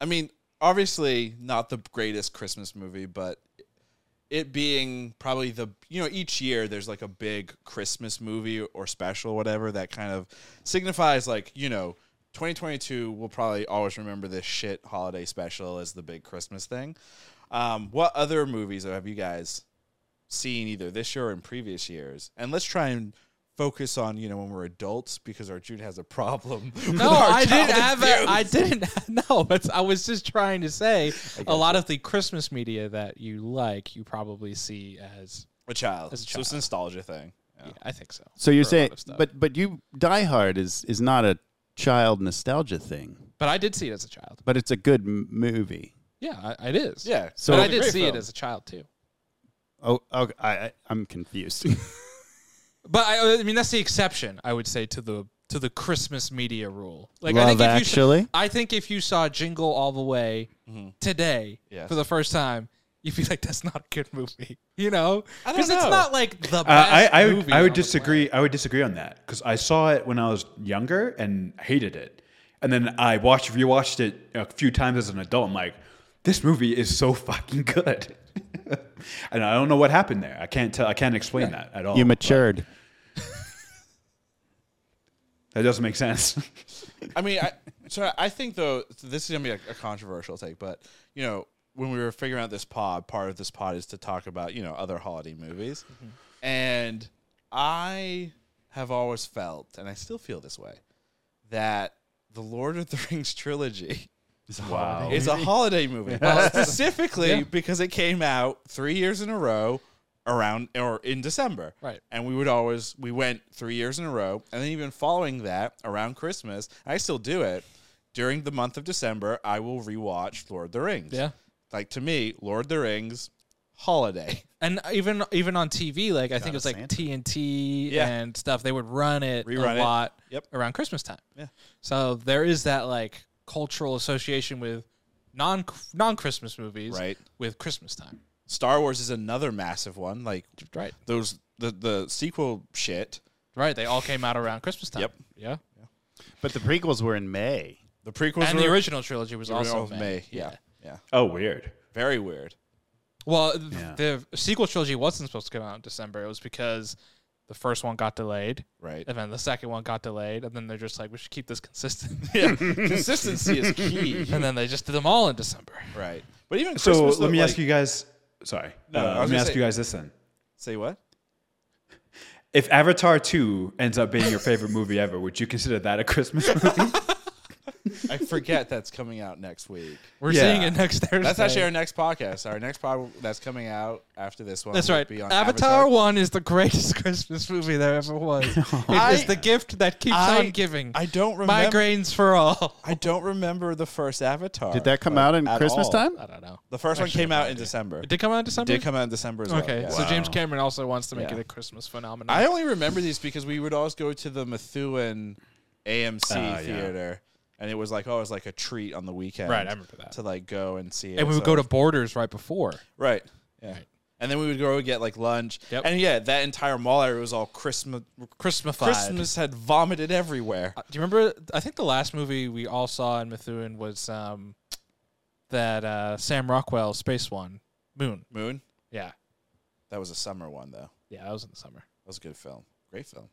[SPEAKER 1] I mean, obviously not the greatest Christmas movie, but it being probably the you know each year there's like a big Christmas movie or special whatever that kind of signifies like you know 2022 will probably always remember this shit holiday special as the big Christmas thing. Um, what other movies have you guys seen either this year or in previous years? And let's try and focus on you know when we're adults because our Jude has a problem. with
[SPEAKER 3] No,
[SPEAKER 1] our
[SPEAKER 3] I didn't
[SPEAKER 1] childhood
[SPEAKER 3] have a,
[SPEAKER 1] views.
[SPEAKER 3] I didn't. No, it's, I was just trying to say a lot of the Christmas media that you like, you probably see as.
[SPEAKER 1] a child.
[SPEAKER 3] As a
[SPEAKER 1] So it's a
[SPEAKER 3] child.
[SPEAKER 1] nostalgia thing.
[SPEAKER 3] Yeah, I think so.
[SPEAKER 4] So you're
[SPEAKER 3] For a lot
[SPEAKER 4] saying,
[SPEAKER 3] of stuff.
[SPEAKER 4] but but you Die Hard is is not a child nostalgia thing,
[SPEAKER 3] But I did see it as a child.
[SPEAKER 4] but it's a good m- movie.
[SPEAKER 3] Yeah, I, it is.
[SPEAKER 1] Yeah.
[SPEAKER 4] So-
[SPEAKER 3] but I
[SPEAKER 1] It's a
[SPEAKER 3] did
[SPEAKER 1] great
[SPEAKER 3] see
[SPEAKER 1] film.
[SPEAKER 3] it as a child too.
[SPEAKER 4] Oh, okay, I, I I'm confused.
[SPEAKER 3] But I, I mean, that's the exception, I would say, to the to the Christmas media rule. Like, I
[SPEAKER 4] Love
[SPEAKER 3] think if You
[SPEAKER 4] Actually?
[SPEAKER 3] s- I think if you saw Jingle All the Way today
[SPEAKER 1] Mm-hmm. Yes.
[SPEAKER 3] for the first time, you'd be like, "That's not a good movie," you know?
[SPEAKER 1] I don't
[SPEAKER 3] Because it's
[SPEAKER 1] know.
[SPEAKER 3] not like the best
[SPEAKER 2] Uh, I, I, would,
[SPEAKER 3] movie
[SPEAKER 2] I would
[SPEAKER 3] on the planet.
[SPEAKER 2] disagree. I would disagree on that because I saw it when I was younger and hated it, and then I watched rewatched it a few times as an adult. I'm like, this movie is so fucking good, and I don't know what happened there. I can't tell. I can't explain that at all.
[SPEAKER 4] you matured.
[SPEAKER 2] that doesn't make sense.
[SPEAKER 1] I mean, I, so I think though this is gonna be a, a controversial take, but you know, when we were figuring out this pod, part of this pod is to talk about you know other holiday movies, and I have always felt, and I still feel this way, that the Lord of the Rings trilogy
[SPEAKER 3] Oh,
[SPEAKER 2] wow.
[SPEAKER 1] is a holiday movie, specifically because it came out three years in a row around or in December.
[SPEAKER 3] Right.
[SPEAKER 1] And we would always we went three years in a row, and then even following that around Christmas, I still do it during the month of December. I will rewatch Lord of the Rings.
[SPEAKER 3] Yeah.
[SPEAKER 1] Like to me, Lord of the Rings holiday.
[SPEAKER 3] and even even on TV, like I think it was like
[SPEAKER 4] Santa.
[SPEAKER 3] TNT
[SPEAKER 1] Yeah.
[SPEAKER 3] and stuff. They would run it
[SPEAKER 1] Rerun it.
[SPEAKER 3] a lot
[SPEAKER 1] Yep.
[SPEAKER 3] around Christmas time.
[SPEAKER 1] Yeah.
[SPEAKER 3] So there is that like cultural association with non non Christmas movies,
[SPEAKER 1] Right.
[SPEAKER 3] With Christmas time,
[SPEAKER 1] Star Wars is another massive one. Like
[SPEAKER 3] right?
[SPEAKER 1] those the the sequel shit.
[SPEAKER 3] Right. They all came out around Christmas time.
[SPEAKER 1] Yep.
[SPEAKER 3] Yeah.
[SPEAKER 4] But the prequels were in May.
[SPEAKER 1] The prequels
[SPEAKER 3] and
[SPEAKER 1] were
[SPEAKER 3] the original trilogy was
[SPEAKER 1] the
[SPEAKER 3] also
[SPEAKER 1] original was
[SPEAKER 3] May.
[SPEAKER 1] May. Yeah. yeah.
[SPEAKER 2] Oh, weird.
[SPEAKER 1] Very weird.
[SPEAKER 3] Well, th-
[SPEAKER 2] Yeah.
[SPEAKER 3] the sequel trilogy wasn't supposed to come out in December. It was because the first one got delayed,
[SPEAKER 1] Right.
[SPEAKER 3] and then the second one got delayed, and then they're just like, we should keep this consistent.
[SPEAKER 1] Yeah, consistency is key.
[SPEAKER 3] and then they just did them all in December.
[SPEAKER 1] Right. But even
[SPEAKER 2] So
[SPEAKER 1] Christmas,
[SPEAKER 2] let
[SPEAKER 1] though,
[SPEAKER 2] me
[SPEAKER 1] like-
[SPEAKER 2] ask you guys. Sorry.
[SPEAKER 1] No,
[SPEAKER 2] Uh,
[SPEAKER 1] no, I was
[SPEAKER 2] let me
[SPEAKER 1] gonna
[SPEAKER 2] ask
[SPEAKER 1] say-
[SPEAKER 2] you guys this then.
[SPEAKER 1] Say what?
[SPEAKER 2] If Avatar Two ends up being your favorite movie ever, would you consider that a Christmas movie?
[SPEAKER 1] I forget that's coming out next week.
[SPEAKER 3] We're
[SPEAKER 2] Yeah.
[SPEAKER 3] seeing it next Thursday.
[SPEAKER 1] That's actually our next podcast. Our next pod that's coming out after this one.
[SPEAKER 3] That's
[SPEAKER 1] will
[SPEAKER 3] right.
[SPEAKER 1] Be on
[SPEAKER 3] Avatar, One is the greatest Christmas movie there ever was. it is the gift that keeps
[SPEAKER 1] I-
[SPEAKER 3] on giving.
[SPEAKER 1] I don't remember.
[SPEAKER 3] Migraines for all.
[SPEAKER 1] I don't remember the first Avatar.
[SPEAKER 4] Did that come
[SPEAKER 1] like,
[SPEAKER 4] out in
[SPEAKER 1] at
[SPEAKER 4] Christmas
[SPEAKER 1] all.
[SPEAKER 4] time?
[SPEAKER 3] I don't know.
[SPEAKER 1] The first one
[SPEAKER 3] Actually,
[SPEAKER 1] came
[SPEAKER 3] I have
[SPEAKER 1] out
[SPEAKER 3] no
[SPEAKER 1] in
[SPEAKER 3] idea.
[SPEAKER 1] December.
[SPEAKER 3] It
[SPEAKER 1] It
[SPEAKER 3] did come out in December.
[SPEAKER 1] did come out in December as well.
[SPEAKER 3] okay,
[SPEAKER 1] yeah.
[SPEAKER 3] so James Cameron also wants to make
[SPEAKER 1] Yeah.
[SPEAKER 3] it a Christmas phenomenon.
[SPEAKER 1] I only remember these because we would always go to the Methuen
[SPEAKER 3] Ah,
[SPEAKER 1] AMC
[SPEAKER 2] Oh, yeah.
[SPEAKER 1] theater, and it was like always like a treat on the weekend.
[SPEAKER 3] Right, I remember that.
[SPEAKER 1] to like go and see it.
[SPEAKER 3] and we would
[SPEAKER 1] So
[SPEAKER 3] go to Borders right before.
[SPEAKER 1] Right. Yeah.
[SPEAKER 3] Right.
[SPEAKER 1] And then we would go and get like lunch.
[SPEAKER 3] Yep.
[SPEAKER 1] And yeah, that entire mall area was all Christmas.
[SPEAKER 3] Christmas.
[SPEAKER 1] Christmas had vomited everywhere.
[SPEAKER 3] Do you remember? I think the last movie we all saw in Methuen was um, that uh, Sam Rockwell space one, Moon.
[SPEAKER 1] Moon.
[SPEAKER 3] Yeah,
[SPEAKER 1] That was a summer one though. That
[SPEAKER 3] yeah, that was in the summer.
[SPEAKER 1] was a good film. Great film.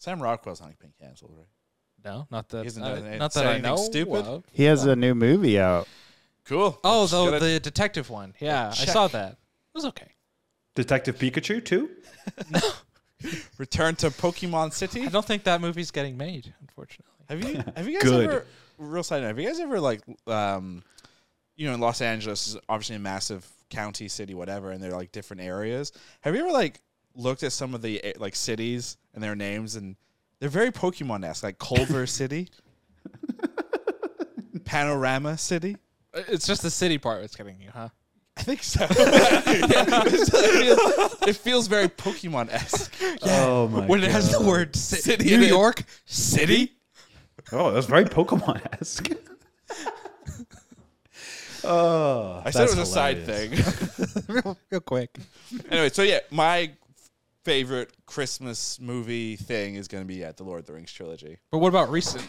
[SPEAKER 1] Sam Rockwell's not being canceled, right?
[SPEAKER 3] No, not that.
[SPEAKER 1] He hasn't
[SPEAKER 3] I-
[SPEAKER 1] done it-
[SPEAKER 3] not
[SPEAKER 1] said
[SPEAKER 3] that I
[SPEAKER 1] anything
[SPEAKER 3] know.
[SPEAKER 1] stupid?
[SPEAKER 3] of.
[SPEAKER 4] He has a new movie out.
[SPEAKER 1] Cool.
[SPEAKER 3] Oh,
[SPEAKER 1] Just
[SPEAKER 3] the
[SPEAKER 1] gotta-
[SPEAKER 3] the detective one. Yeah, I
[SPEAKER 1] check.
[SPEAKER 3] saw that. It was okay.
[SPEAKER 2] Detective Pikachu too.
[SPEAKER 1] return to Pokemon City.
[SPEAKER 3] I don't think that movie's getting made, unfortunately.
[SPEAKER 1] Have you have you guys
[SPEAKER 2] Good.
[SPEAKER 1] ever real side note, have you guys ever like um you know in Los Angeles is obviously a massive county, city, whatever, and they're like different areas. Have you ever like looked at some of the eh, like cities and their names and they're very Pokemon esque, like Culver City. Panorama City?
[SPEAKER 3] Uh, It's just the city part that's getting you, huh?
[SPEAKER 1] I think so. it, feels, it feels very Pokemon esque.
[SPEAKER 2] Oh my
[SPEAKER 1] When it has the word city. New York City?
[SPEAKER 2] Oh, that's very Pokemon esque. oh,
[SPEAKER 1] I said it was a side thing.
[SPEAKER 3] real, real quick.
[SPEAKER 1] anyway, so yeah, my favorite Christmas movie thing is going to be yeah, the Lord of the Rings trilogy.
[SPEAKER 3] But what about recent?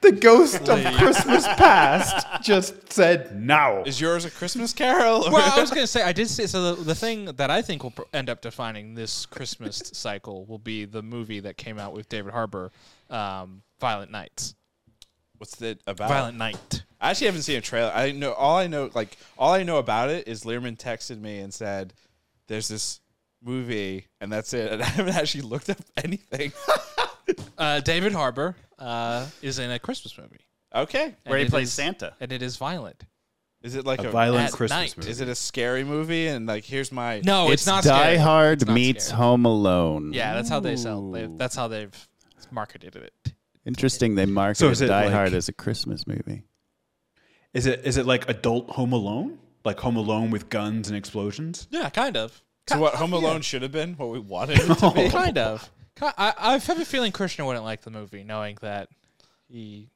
[SPEAKER 2] The ghost of Christmas past just said now.
[SPEAKER 1] Is yours a Christmas Carol? or-
[SPEAKER 3] Well, I was gonna say I did say so. The, the thing that I think will pr- end up defining this Christmas cycle will be the movie that came out with David Harbour, um, Violent Nights.
[SPEAKER 1] What's it about?
[SPEAKER 3] Violent Night.
[SPEAKER 1] I actually haven't seen a trailer. I know all I know, like all I know about it is Learman texted me and said, "There's this movie," and that's it. And I haven't actually looked up anything.
[SPEAKER 3] Uh, David Harbour uh, is in a Christmas movie.
[SPEAKER 1] okay,
[SPEAKER 3] and it is-
[SPEAKER 4] Santa.
[SPEAKER 3] and it is violent.
[SPEAKER 1] is it like a,
[SPEAKER 2] a violent
[SPEAKER 3] at
[SPEAKER 2] Christmas
[SPEAKER 3] night.
[SPEAKER 2] movie.
[SPEAKER 1] Is it a scary movie? And like, here's my
[SPEAKER 3] No, it's, not
[SPEAKER 4] Die
[SPEAKER 3] scary.
[SPEAKER 4] Hard
[SPEAKER 3] It's not
[SPEAKER 4] meets
[SPEAKER 3] scary.
[SPEAKER 4] Home Alone.
[SPEAKER 3] Yeah, that's how they sell. They've, that's how they've marketed it.
[SPEAKER 4] Interesting. They marketed
[SPEAKER 2] So is it
[SPEAKER 4] Die
[SPEAKER 2] like-
[SPEAKER 4] Hard as a Christmas movie.
[SPEAKER 2] Is it is it like adult Home Alone? Like Home Alone with guns and explosions?
[SPEAKER 3] Yeah, kind of.
[SPEAKER 1] So what Home Alone should have been, what we wanted it to
[SPEAKER 2] Oh.
[SPEAKER 1] be.
[SPEAKER 3] kind of. Ki- I, I have a feeling Krishna wouldn't like the movie, knowing that he,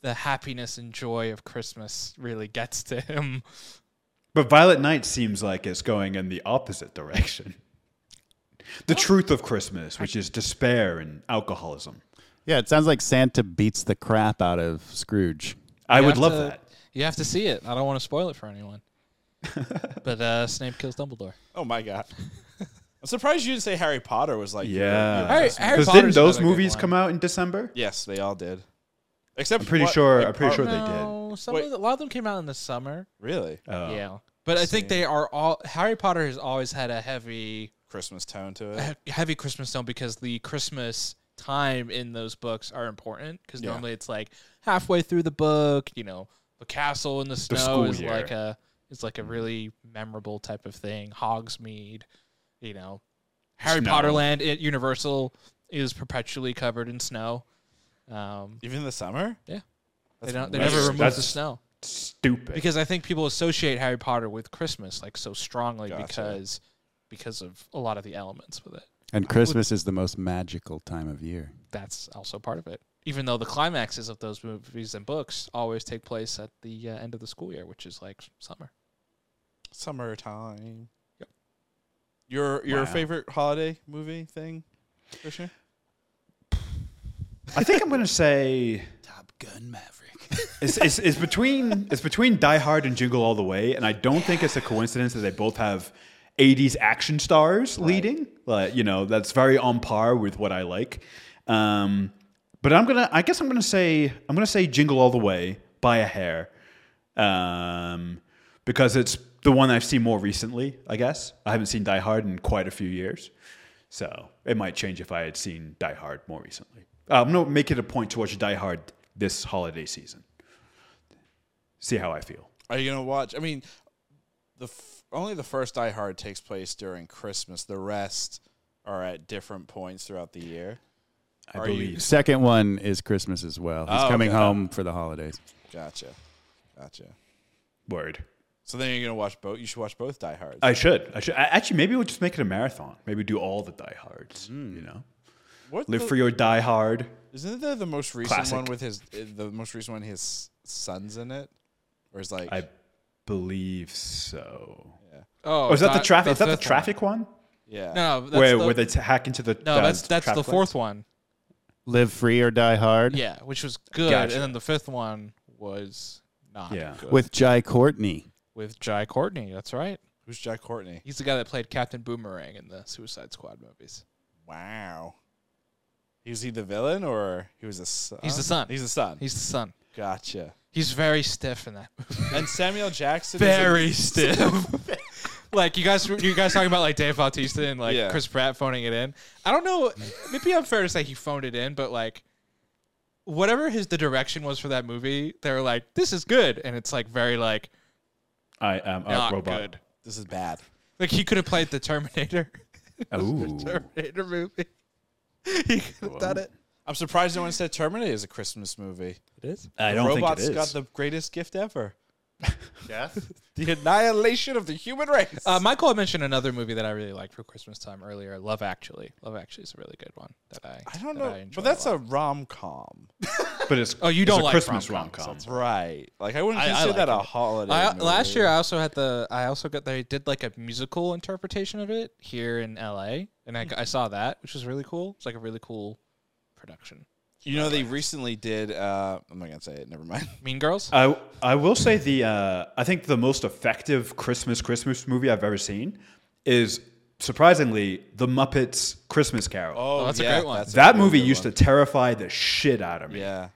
[SPEAKER 3] the happiness and joy of Christmas really gets to him.
[SPEAKER 2] But Violet Night seems like it's going in the opposite direction. The truth of Christmas, which is despair and alcoholism.
[SPEAKER 4] Yeah, it sounds like Santa beats the crap out of Scrooge.
[SPEAKER 2] I
[SPEAKER 3] You
[SPEAKER 2] would
[SPEAKER 3] have
[SPEAKER 2] love
[SPEAKER 3] to-
[SPEAKER 2] that.
[SPEAKER 3] You have to see it. I don't want to spoil it for anyone. but uh, Snape kills Dumbledore.
[SPEAKER 1] Oh my god. I'm surprised you didn't say Harry Potter was like your-
[SPEAKER 2] Yeah.
[SPEAKER 1] your
[SPEAKER 3] Harry,
[SPEAKER 1] best
[SPEAKER 3] Harry
[SPEAKER 2] Because
[SPEAKER 3] Potter's
[SPEAKER 2] didn't those
[SPEAKER 3] another good
[SPEAKER 2] movies
[SPEAKER 3] one.
[SPEAKER 2] come out in December?
[SPEAKER 1] Yes, they all did. Except
[SPEAKER 2] I'm pretty
[SPEAKER 1] what-
[SPEAKER 2] sure.
[SPEAKER 1] like,
[SPEAKER 2] I'm pretty
[SPEAKER 1] part-
[SPEAKER 2] sure
[SPEAKER 3] No, some
[SPEAKER 1] Wait.
[SPEAKER 3] of the, a lot of them came out in the summer.
[SPEAKER 1] really
[SPEAKER 2] they did. Oh.
[SPEAKER 3] Yeah, but I think they are all. Harry Potter has always had a heavy
[SPEAKER 1] Christmas tone to it.
[SPEAKER 3] he- heavy Christmas tone because the Christmas time in those books are important because
[SPEAKER 1] Yeah.
[SPEAKER 3] normally it's like halfway through the book, you know, the castle in the snow
[SPEAKER 2] school
[SPEAKER 3] is
[SPEAKER 2] year.
[SPEAKER 3] like a is like a really memorable type of thing. Hogsmeade, you know, Harry
[SPEAKER 2] Snow.
[SPEAKER 3] Potter land at Universal is perpetually covered in snow. Um,
[SPEAKER 1] Even in the summer?
[SPEAKER 3] Yeah. they
[SPEAKER 1] That's
[SPEAKER 3] don't. They
[SPEAKER 1] weird.
[SPEAKER 3] never
[SPEAKER 2] that's-
[SPEAKER 3] remove
[SPEAKER 2] that's
[SPEAKER 3] the
[SPEAKER 2] just-
[SPEAKER 3] snow
[SPEAKER 2] Stupid.
[SPEAKER 3] because I think people associate Harry Potter with Christmas like so strongly
[SPEAKER 1] Gotcha.
[SPEAKER 3] because because of a lot of the elements with it.
[SPEAKER 4] And Christmas is the most magical time of year.
[SPEAKER 3] that's also part of it. Even though the climaxes of those movies and books always take place at the uh, end of the school year, which is like summer.
[SPEAKER 1] Summertime.
[SPEAKER 3] Yep.
[SPEAKER 1] Your your
[SPEAKER 2] Wow.
[SPEAKER 1] favorite holiday movie thing? Christian?
[SPEAKER 2] I think I'm going to say
[SPEAKER 4] Top Gun Maverick.
[SPEAKER 2] it's, it's, it's between it's between Die Hard and Jingle All the Way, and I don't think it's a coincidence that they both have '80s action stars leading. Like you know, that's very on par with what I like. Um, but I'm gonna, I guess I'm gonna say I'm gonna say Jingle All the Way by a hair, um, because it's the one I've seen more recently. I guess I haven't seen Die Hard in quite a few years, so it might change if I had seen Die Hard more recently. Uh, I'm gonna make it a point to watch Die Hard this holiday season see how I feel.
[SPEAKER 1] Are you gonna watch I mean the f- only the first Die Hard takes place during Christmas. The rest are at different points throughout the year.
[SPEAKER 2] I
[SPEAKER 1] Are you-
[SPEAKER 2] believe.
[SPEAKER 4] Second one is Christmas as well. He's
[SPEAKER 1] Oh,
[SPEAKER 4] coming
[SPEAKER 1] okay.
[SPEAKER 4] home for the holidays.
[SPEAKER 1] Gotcha. Gotcha.
[SPEAKER 2] Word.
[SPEAKER 1] So then you're gonna watch both you should watch both Die Hards.
[SPEAKER 2] I should. I should. I, actually, maybe we'll just make it a marathon. Maybe do all the diehards.
[SPEAKER 3] Mm.
[SPEAKER 2] You know,
[SPEAKER 1] what
[SPEAKER 2] live
[SPEAKER 1] the-
[SPEAKER 2] for your diehard.
[SPEAKER 1] Isn't there the most recent
[SPEAKER 2] Classic.
[SPEAKER 1] one with his eh, the most recent one his son's in it, or is like
[SPEAKER 2] I believe so.
[SPEAKER 3] Oh,
[SPEAKER 2] Oh, is that the
[SPEAKER 3] not-
[SPEAKER 2] traffic? Is that the
[SPEAKER 3] that's
[SPEAKER 2] traffic one,
[SPEAKER 1] yeah?
[SPEAKER 3] No, no, that's
[SPEAKER 2] where
[SPEAKER 3] the,
[SPEAKER 2] where they t- hack into the?
[SPEAKER 3] no,
[SPEAKER 2] uh,
[SPEAKER 3] that's that's the
[SPEAKER 2] traffic
[SPEAKER 3] fourth one.
[SPEAKER 4] Live free or die hard.
[SPEAKER 3] Yeah, which was good,
[SPEAKER 2] Gotcha.
[SPEAKER 3] and then the fifth one was not
[SPEAKER 2] Yeah.
[SPEAKER 3] good.
[SPEAKER 4] With Jai Courtney.
[SPEAKER 3] with Jai Courtney. That's right.
[SPEAKER 1] Who's Jack Courtney?
[SPEAKER 3] He's the guy that played Captain Boomerang in the Suicide Squad movies.
[SPEAKER 1] Wow. Is he the villain or he was the son?
[SPEAKER 3] He's the son.
[SPEAKER 1] He's the son.
[SPEAKER 3] He's the son.
[SPEAKER 1] gotcha.
[SPEAKER 3] He's very stiff in that movie.
[SPEAKER 1] And Samuel Jackson. is a-
[SPEAKER 3] very stiff. like you guys, you guys talking about like Dave Bautista and like
[SPEAKER 1] Yeah.
[SPEAKER 3] Chris Pratt phoning it in. I don't know. Maybe I'm fair to say he phoned it in, but like whatever his the direction was for that movie, they were like, "This is good," and it's like very like
[SPEAKER 2] I am a
[SPEAKER 3] not
[SPEAKER 2] robot.
[SPEAKER 3] good.
[SPEAKER 1] this is bad.
[SPEAKER 3] Like he could have played the Terminator,
[SPEAKER 2] Ooh.
[SPEAKER 3] Terminator movie. He could have done it.
[SPEAKER 1] I'm surprised no one said Terminator is a Christmas movie.
[SPEAKER 3] It is.
[SPEAKER 2] I don't think it
[SPEAKER 1] Robots
[SPEAKER 2] is.
[SPEAKER 1] got the greatest gift ever:
[SPEAKER 4] Death?
[SPEAKER 1] the annihilation of the human race.
[SPEAKER 3] Uh, Michael had mentioned another movie that I really liked for Christmas time earlier. Love Actually. Love Actually is a really good one that I.
[SPEAKER 1] I don't
[SPEAKER 3] that
[SPEAKER 1] know,
[SPEAKER 3] enjoy
[SPEAKER 1] but that's
[SPEAKER 3] lot.
[SPEAKER 1] a rom com,
[SPEAKER 2] but it's
[SPEAKER 3] Oh, you
[SPEAKER 2] it's
[SPEAKER 3] don't
[SPEAKER 2] a
[SPEAKER 3] like
[SPEAKER 2] Christmas rom
[SPEAKER 3] rom-coms,
[SPEAKER 2] com.
[SPEAKER 1] right? Like I wouldn't
[SPEAKER 3] I- I
[SPEAKER 1] consider
[SPEAKER 3] like
[SPEAKER 1] that a
[SPEAKER 3] it.
[SPEAKER 1] holiday.
[SPEAKER 3] I, uh,
[SPEAKER 1] movie.
[SPEAKER 3] last year I also had the I also got they did like a musical interpretation of it here in L.A. and I, I saw that which was really cool. It's like a really cool production.
[SPEAKER 1] you know, they recently did. Uh, I'm not gonna say it. Never mind.
[SPEAKER 3] Mean Girls.
[SPEAKER 1] Uh,
[SPEAKER 2] I I will say the uh, I think the most effective Christmas Christmas movie I've ever seen is surprisingly The Muppets Christmas Carol.
[SPEAKER 3] Oh, that's a great one.
[SPEAKER 1] that's a
[SPEAKER 2] that
[SPEAKER 1] really
[SPEAKER 2] movie
[SPEAKER 1] good
[SPEAKER 2] used
[SPEAKER 1] one.
[SPEAKER 2] to terrify the shit out of me.
[SPEAKER 1] Yeah,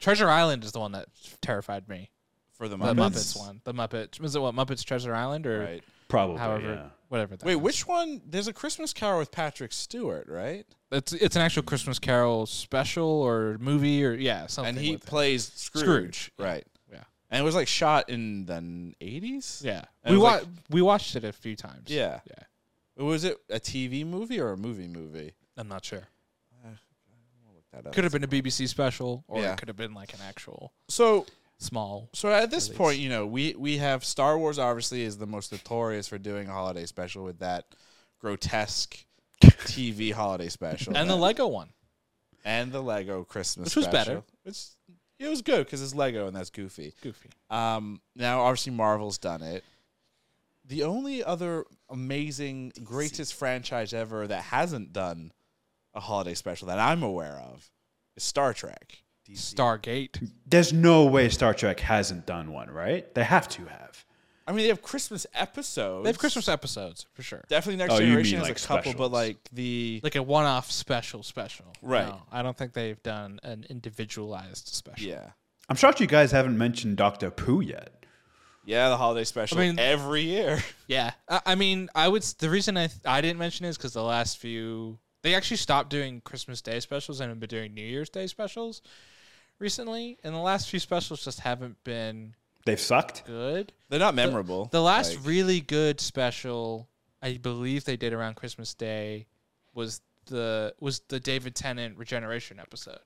[SPEAKER 3] Treasure Island is the one that terrified me.
[SPEAKER 1] for the
[SPEAKER 3] The
[SPEAKER 1] Muppets.
[SPEAKER 3] Muppets, one. The Muppet was it what Muppets Treasure Island or
[SPEAKER 1] Right.
[SPEAKER 2] Probably.
[SPEAKER 3] however
[SPEAKER 2] yeah.
[SPEAKER 3] whatever. That
[SPEAKER 1] Wait,
[SPEAKER 3] was.
[SPEAKER 1] which one? There's a Christmas Carol with Patrick Stewart, right?
[SPEAKER 3] It's it's an actual Christmas Carol special or movie or yeah something.
[SPEAKER 1] and he
[SPEAKER 3] with it.
[SPEAKER 1] plays Scrooge,
[SPEAKER 3] Scrooge, yeah.
[SPEAKER 1] right?
[SPEAKER 3] Yeah.
[SPEAKER 1] and it was like shot in the '80s.
[SPEAKER 3] yeah
[SPEAKER 1] And
[SPEAKER 3] we
[SPEAKER 1] it
[SPEAKER 3] wa-
[SPEAKER 1] was
[SPEAKER 3] we watched it a few times.
[SPEAKER 1] Yeah.
[SPEAKER 3] yeah.
[SPEAKER 1] was it a TV movie or a movie movie?
[SPEAKER 3] I'm not sure.
[SPEAKER 1] That up.
[SPEAKER 3] Could have been a BBC special or
[SPEAKER 1] Yeah.
[SPEAKER 3] it could have been like an actual
[SPEAKER 1] So,
[SPEAKER 3] small
[SPEAKER 1] so at this
[SPEAKER 3] Release.
[SPEAKER 1] point, you know, we we have Star Wars. Obviously, is the most notorious for doing a holiday special with that grotesque TV holiday special
[SPEAKER 3] and the Lego one.
[SPEAKER 1] and the Lego Christmas,
[SPEAKER 3] Which was
[SPEAKER 1] special.
[SPEAKER 3] better.
[SPEAKER 1] It's it was good because it's Lego and that's goofy.
[SPEAKER 3] Goofy.
[SPEAKER 1] Um, now, obviously, Marvel's done it. The only other amazing, greatest franchise ever that hasn't done a holiday special that I'm aware of is Star Trek.
[SPEAKER 3] Stargate.
[SPEAKER 2] There's no way Star Trek hasn't done one, right? They have to have.
[SPEAKER 1] I mean, they have Christmas episodes.
[SPEAKER 3] They have Christmas episodes for sure.
[SPEAKER 1] Definitely Next
[SPEAKER 2] Oh, you mean,
[SPEAKER 1] Generation has
[SPEAKER 2] like,
[SPEAKER 1] a couple, but
[SPEAKER 2] specials.
[SPEAKER 1] like the
[SPEAKER 3] Like a one off special special.
[SPEAKER 1] Right.
[SPEAKER 3] No, I don't think they've done an individualized special.
[SPEAKER 1] yeah,
[SPEAKER 2] I'm shocked you guys haven't mentioned Doctor Pooh yet.
[SPEAKER 1] yeah, the holiday special
[SPEAKER 3] I mean-
[SPEAKER 1] every year.
[SPEAKER 3] Yeah. I, I mean, I would s- the reason I th- I didn't mention it is cuz the last few they actually stopped doing Christmas Day specials and have been doing New Year's Day specials recently, and the last few specials just haven't been
[SPEAKER 2] They've sucked.
[SPEAKER 3] good.
[SPEAKER 1] They're not memorable.
[SPEAKER 3] The last
[SPEAKER 1] Like,
[SPEAKER 3] really good special I believe they did around Christmas Day was the was the David Tennant regeneration episode.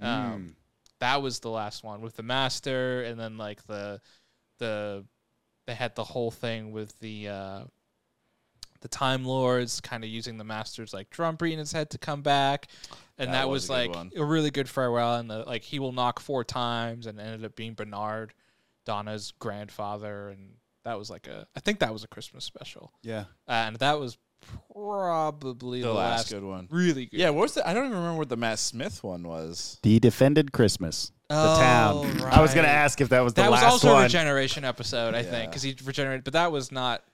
[SPEAKER 3] Um, that was the last one with the master and then like the the they had the whole thing with the uh the Time Lords kind of using the Master's like drumbeat in his head to come back, and
[SPEAKER 1] That
[SPEAKER 3] that,
[SPEAKER 1] was
[SPEAKER 3] was,
[SPEAKER 1] a good
[SPEAKER 3] like
[SPEAKER 1] one.
[SPEAKER 3] a really good farewell. And the, like he will knock four times, and it ended up being Bernard, Donna's grandfather, and that was like a I think that was a Christmas special,
[SPEAKER 2] Yeah.
[SPEAKER 3] uh, and that was probably
[SPEAKER 1] the,
[SPEAKER 3] the,
[SPEAKER 1] last good one.
[SPEAKER 3] really good.
[SPEAKER 1] Yeah, what was the? I don't even remember what the Matt Smith one was.
[SPEAKER 4] The Defended Christmas. The
[SPEAKER 3] Oh,
[SPEAKER 4] town. I was going to
[SPEAKER 3] right.
[SPEAKER 4] ask if that was the
[SPEAKER 3] that was
[SPEAKER 4] last
[SPEAKER 3] also a
[SPEAKER 4] one.
[SPEAKER 3] regeneration episode, I think, 'cause
[SPEAKER 1] Yeah.
[SPEAKER 3] think, because he regenerated, but that was not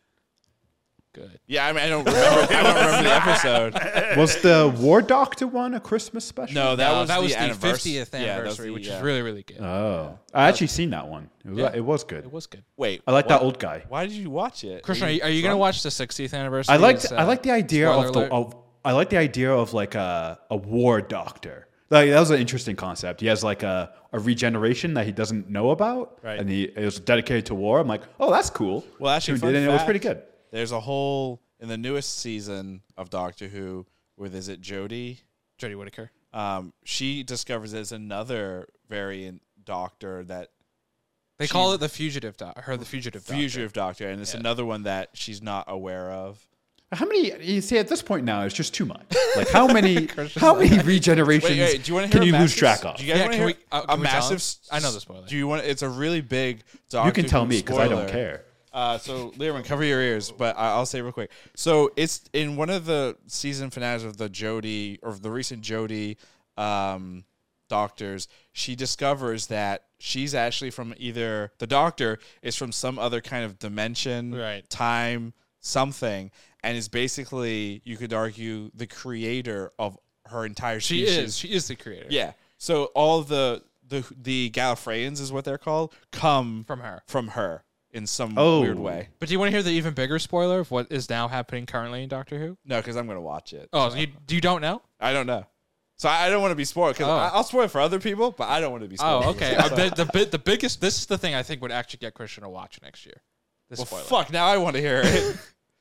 [SPEAKER 3] good.
[SPEAKER 1] Yeah, I mean, I don't remember. I don't remember the episode.
[SPEAKER 2] Was the War Doctor one a Christmas special?
[SPEAKER 1] No, Oh, that
[SPEAKER 3] Uh,
[SPEAKER 1] was
[SPEAKER 3] that was the
[SPEAKER 1] annivers-
[SPEAKER 3] fiftieth
[SPEAKER 1] yeah, that was
[SPEAKER 3] anniversary,
[SPEAKER 1] the-
[SPEAKER 3] which
[SPEAKER 1] yeah.
[SPEAKER 3] is really really good.
[SPEAKER 2] Oh, I actually seen that one. It was,
[SPEAKER 3] Yeah.
[SPEAKER 2] it was good.
[SPEAKER 3] it was good.
[SPEAKER 1] Wait,
[SPEAKER 2] I like
[SPEAKER 1] what-
[SPEAKER 2] that old guy.
[SPEAKER 1] Why did you watch it?
[SPEAKER 3] Christian, are you, are you gonna watch the 60th anniversary?
[SPEAKER 2] I liked
[SPEAKER 3] It's,
[SPEAKER 2] I
[SPEAKER 3] uh,
[SPEAKER 2] like the idea of
[SPEAKER 3] spoiler
[SPEAKER 2] the of, I like the idea of like a a war doctor. Like that was an interesting concept. He has like a, a regeneration that he doesn't know about,
[SPEAKER 1] Right.
[SPEAKER 2] and he it was dedicated to war. I'm like, oh, that's cool.
[SPEAKER 1] Well, actually,
[SPEAKER 2] Who
[SPEAKER 1] fun
[SPEAKER 2] did, and it was
[SPEAKER 1] fact,
[SPEAKER 2] pretty good.
[SPEAKER 1] There's a whole in the newest season of Doctor Who with is it Jodie?
[SPEAKER 3] Jodie Whittaker.
[SPEAKER 1] Um, she discovers there's another variant Doctor that
[SPEAKER 3] They call it the fugitive doc. Her the fugitive doc.
[SPEAKER 1] fugitive Doctor, and it's
[SPEAKER 3] Yeah.
[SPEAKER 1] another one that she's not aware of.
[SPEAKER 2] How many? You see, at this point now, it's just too much. Like how many? how many regenerations?
[SPEAKER 1] Wait, wait, do you want to hear?
[SPEAKER 2] can
[SPEAKER 1] a
[SPEAKER 2] you
[SPEAKER 1] massive,
[SPEAKER 2] lose track of?
[SPEAKER 1] Do you guys
[SPEAKER 3] Yeah,
[SPEAKER 1] want to
[SPEAKER 3] can
[SPEAKER 1] hear
[SPEAKER 3] we- uh,
[SPEAKER 1] a
[SPEAKER 3] can we tell
[SPEAKER 1] massive?
[SPEAKER 3] us?
[SPEAKER 1] s-
[SPEAKER 3] I know the spoiler.
[SPEAKER 1] Do you want? It's a really big. Doctor
[SPEAKER 2] you can tell
[SPEAKER 1] Who
[SPEAKER 2] me because I
[SPEAKER 1] spoiler.
[SPEAKER 2] don't care.
[SPEAKER 1] Uh, so Lyron, cover your ears, but I- I'll say real quick. So it's in one of the season finales of the Jody or the recent Jody um, Doctors. She discovers that she's actually from either the Doctor is from some other kind of dimension,
[SPEAKER 3] Right.
[SPEAKER 1] time, something, and is basically you could argue the creator of her entire
[SPEAKER 3] She
[SPEAKER 1] species.
[SPEAKER 3] is. She is the creator.
[SPEAKER 1] Yeah. So all the the the Gallifreyans is what they're called come
[SPEAKER 3] From her.
[SPEAKER 1] from her in some
[SPEAKER 2] Oh.
[SPEAKER 1] weird way.
[SPEAKER 3] But do you want to hear the even bigger spoiler of what is now happening currently in Doctor Who?
[SPEAKER 1] No, because I'm gonna watch it.
[SPEAKER 3] Oh, you you don't know?
[SPEAKER 1] I don't know. So I, I don't want to be spoiled because
[SPEAKER 3] Oh.
[SPEAKER 1] I'll spoil it for other people, but I don't want to be spoiled.
[SPEAKER 3] Oh, okay. Uh, the, the bi- the biggest. This is the thing I think would actually get Christian to watch next year. This
[SPEAKER 1] Well,
[SPEAKER 3] spoiler.
[SPEAKER 1] fuck. Now I want to hear it.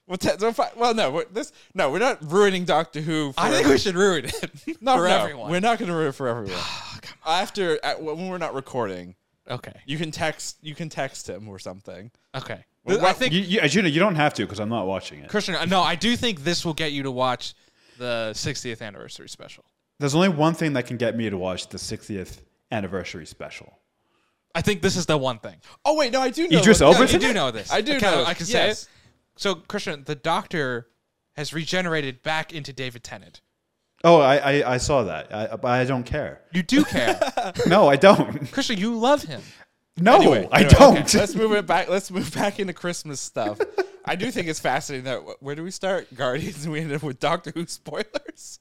[SPEAKER 1] well, te- so if I- well, no, we're, this no, we're not ruining Doctor Who. For,
[SPEAKER 3] I think we should ruin it
[SPEAKER 1] no,
[SPEAKER 3] for
[SPEAKER 1] no,
[SPEAKER 3] everyone.
[SPEAKER 1] We're not going to ruin it for everyone. After at, when we're not recording,
[SPEAKER 3] okay.
[SPEAKER 1] you can text you can text him or something.
[SPEAKER 3] Okay.
[SPEAKER 1] Well,
[SPEAKER 3] I
[SPEAKER 1] what-
[SPEAKER 3] think
[SPEAKER 2] You, you, Arjuna, you don't have to because I'm not watching it.
[SPEAKER 3] Christian. uh, No, I do think this will get you to watch the 60th anniversary special.
[SPEAKER 2] There's only one thing that can get me to watch the 60th anniversary special.
[SPEAKER 3] I think this is the one thing.
[SPEAKER 1] Oh wait, no, I do know.
[SPEAKER 2] Idris
[SPEAKER 1] what-
[SPEAKER 2] Elba?
[SPEAKER 1] yeah,
[SPEAKER 2] What's
[SPEAKER 3] you
[SPEAKER 2] it?
[SPEAKER 3] do know this.
[SPEAKER 1] Oh, I do
[SPEAKER 3] Okay,
[SPEAKER 1] know.
[SPEAKER 3] I can
[SPEAKER 1] Yes.
[SPEAKER 3] say it. So, Christian, the Doctor has regenerated back into David Tennant.
[SPEAKER 2] Oh, I, I, I saw that. I, but I don't care.
[SPEAKER 3] You do care,
[SPEAKER 2] No, I don't.
[SPEAKER 3] Christian. You love him.
[SPEAKER 2] No,
[SPEAKER 1] Anyway,
[SPEAKER 2] I
[SPEAKER 1] anyway,
[SPEAKER 2] don't.
[SPEAKER 1] okay, let's move it back. Let's move back into Christmas stuff. I do think it's fascinating that wh- where do we start? Guardians, and we ended up with Doctor Who spoilers.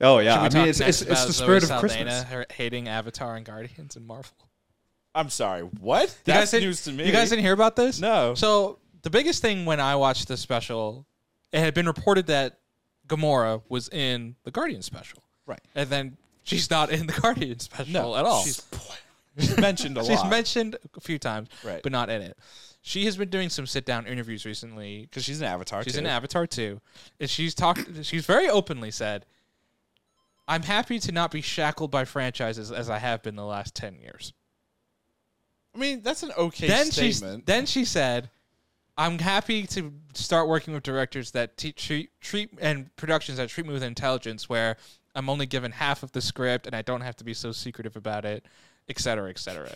[SPEAKER 2] Oh, yeah.
[SPEAKER 3] We
[SPEAKER 2] I mean,
[SPEAKER 3] talked
[SPEAKER 2] it's,
[SPEAKER 3] next
[SPEAKER 2] it's, it's
[SPEAKER 3] about
[SPEAKER 2] the
[SPEAKER 3] Zoe
[SPEAKER 2] spirit of
[SPEAKER 3] Saldana,
[SPEAKER 2] Christmas.
[SPEAKER 3] her hating Avatar and Guardians and Marvel.
[SPEAKER 1] I'm sorry, what?
[SPEAKER 3] You
[SPEAKER 1] That's
[SPEAKER 3] guys didn't-
[SPEAKER 1] news to me.
[SPEAKER 3] You guys didn't hear about this?
[SPEAKER 1] No.
[SPEAKER 3] So the biggest thing when I watched this special, it had been reported that Gamora was in the Guardian special,
[SPEAKER 1] Right.
[SPEAKER 3] and then she's not in the Guardian special
[SPEAKER 1] No,
[SPEAKER 3] at all.
[SPEAKER 1] She's she's mentioned a
[SPEAKER 3] She's
[SPEAKER 1] lot.
[SPEAKER 3] mentioned a few times,
[SPEAKER 1] Right.
[SPEAKER 3] but not in it. She has been doing some sit-down interviews recently
[SPEAKER 1] because she's an avatar.
[SPEAKER 3] She's
[SPEAKER 1] too.
[SPEAKER 3] in Avatar too, and she's talked. She's very openly said, "I'm happy to not be shackled by franchises as I have been the last ten years."
[SPEAKER 1] I mean, that's an okay
[SPEAKER 3] then she
[SPEAKER 1] statement.
[SPEAKER 3] then she said, "I'm happy to start working with directors that te- treat treat and productions that treat me with intelligence, where I'm only given half of the script and I don't have to be so secretive about it, et cetera, et cetera."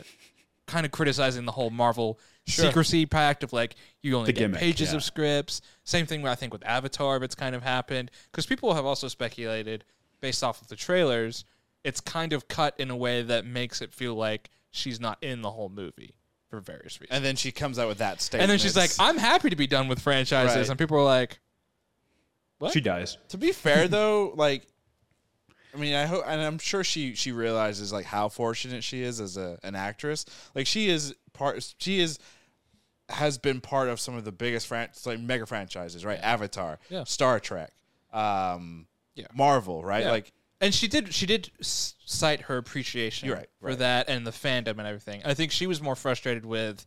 [SPEAKER 3] kind of criticizing the whole Marvel secrecy pact of like you only
[SPEAKER 2] The
[SPEAKER 3] get
[SPEAKER 2] gimmick,
[SPEAKER 3] pages
[SPEAKER 2] yeah.
[SPEAKER 3] of scripts. Same thing I think with Avatar, but it's kind of happened because people have also speculated based off of the trailers. It's kind of cut in a way that makes it feel like she's not in the whole movie for various reasons.
[SPEAKER 1] and then she comes out with that statement.
[SPEAKER 3] And then she's like, "I'm happy to be done with franchises,"
[SPEAKER 1] Right.
[SPEAKER 3] and people are like,
[SPEAKER 2] She dies.
[SPEAKER 1] to be fair though, like, I mean, I hope, and I'm sure she she realizes like how fortunate she is as a an actress. Like, she is part. She is has been part of some of the biggest fran- like mega franchises, right? Avatar,
[SPEAKER 3] Yeah.
[SPEAKER 1] Star Trek, um,
[SPEAKER 3] Yeah.
[SPEAKER 1] Marvel, right?
[SPEAKER 3] Yeah.
[SPEAKER 1] Like,
[SPEAKER 3] and she did she did s- cite her appreciation
[SPEAKER 1] You're right,
[SPEAKER 3] for
[SPEAKER 1] right.
[SPEAKER 3] that and the fandom and everything. I think she was more frustrated with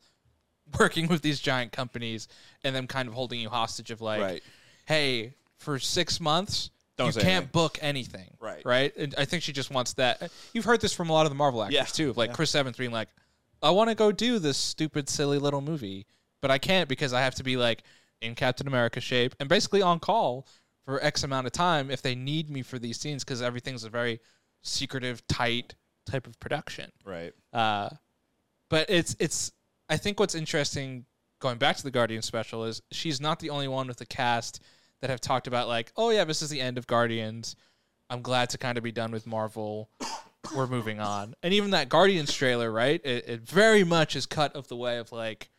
[SPEAKER 3] working with these giant companies and them kind of holding you hostage of like,
[SPEAKER 1] Right.
[SPEAKER 3] hey, for six months.
[SPEAKER 1] Don't
[SPEAKER 3] you
[SPEAKER 1] say
[SPEAKER 3] can't
[SPEAKER 1] anything."
[SPEAKER 3] book anything,
[SPEAKER 1] Right.
[SPEAKER 3] Right, and I think she just wants that. You've heard this from a lot of the Marvel actors
[SPEAKER 1] Yeah.
[SPEAKER 3] too, of like Chris Evans being like, "I want to go do this stupid, silly little movie, but I can't because I have to be like in Captain America shape and basically on call for X amount of time if they need me for these scenes because everything's a very secretive, tight type of production."
[SPEAKER 1] right,
[SPEAKER 3] Uh, but it's it's I think what's interesting going back to the Guardian special is she's not the only one with the cast that have talked about like, oh yeah, this is the end of Guardians. I'm glad to kind of be done with Marvel. We're moving on. And even that Guardians trailer, right? It, it very much is cut of the way of like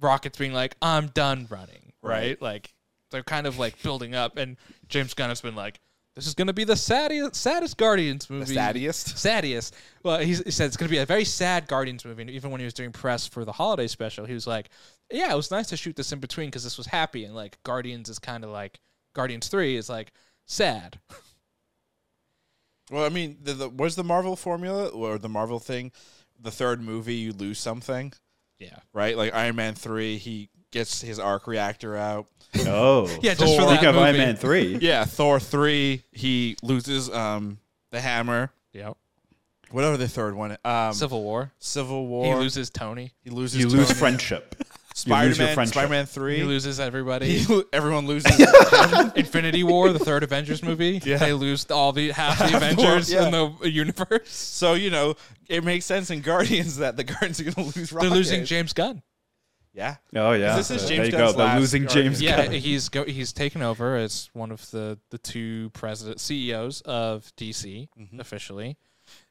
[SPEAKER 3] Rockets being like, I'm done running, right? Like they're kind of like building up, and James Gunn has been like, this is gonna be the saddest, saddest Guardians
[SPEAKER 1] the
[SPEAKER 3] movie
[SPEAKER 1] saddest.
[SPEAKER 3] saddest. Well, he's, he said it's going to be a very sad Guardians movie. And even when he was doing press for the holiday special, he was like, "Yeah, it was nice to shoot this in between because this was happy." And like Guardians is kind of like Guardians Three is like sad.
[SPEAKER 1] Well, I mean, the, the was the Marvel formula or the Marvel thing, the third movie you lose something,
[SPEAKER 3] Yeah,
[SPEAKER 1] right? Like Iron Man three, he gets his arc reactor out.
[SPEAKER 2] Oh.
[SPEAKER 3] yeah, just for
[SPEAKER 1] Thor.
[SPEAKER 3] that
[SPEAKER 2] Speaking of Iron
[SPEAKER 3] movie.
[SPEAKER 2] Man 3.
[SPEAKER 1] yeah, Thor three, he loses um the hammer.
[SPEAKER 3] Yeah,
[SPEAKER 1] Whatever the third one, um,
[SPEAKER 3] Civil War.
[SPEAKER 1] Civil
[SPEAKER 3] he
[SPEAKER 1] War.
[SPEAKER 3] loses Tony.
[SPEAKER 1] he loses.
[SPEAKER 2] You lose
[SPEAKER 1] Tony.
[SPEAKER 2] friendship.
[SPEAKER 1] Spider-Man.
[SPEAKER 2] lose your friendship.
[SPEAKER 1] Spider-Man three.
[SPEAKER 3] He loses everybody.
[SPEAKER 1] He lo- everyone loses.
[SPEAKER 3] Infinity War, the third Avengers movie.
[SPEAKER 1] Yeah.
[SPEAKER 3] They lose all the half the
[SPEAKER 1] Half the world,
[SPEAKER 3] Avengers
[SPEAKER 1] yeah.
[SPEAKER 3] in the universe.
[SPEAKER 1] so you know it makes sense in Guardians that the Guardians are going to lose.
[SPEAKER 3] They're
[SPEAKER 1] Rocket.
[SPEAKER 3] losing James Gunn.
[SPEAKER 1] Yeah.
[SPEAKER 2] Oh, yeah.
[SPEAKER 1] This is
[SPEAKER 2] So
[SPEAKER 1] James
[SPEAKER 2] there you
[SPEAKER 1] Gunn's
[SPEAKER 2] go. They're
[SPEAKER 1] last
[SPEAKER 2] losing
[SPEAKER 1] Guardian.
[SPEAKER 2] James
[SPEAKER 3] yeah,
[SPEAKER 2] Gunn.
[SPEAKER 3] he's go, he's taken over as one of the the two president CEOs of DC officially,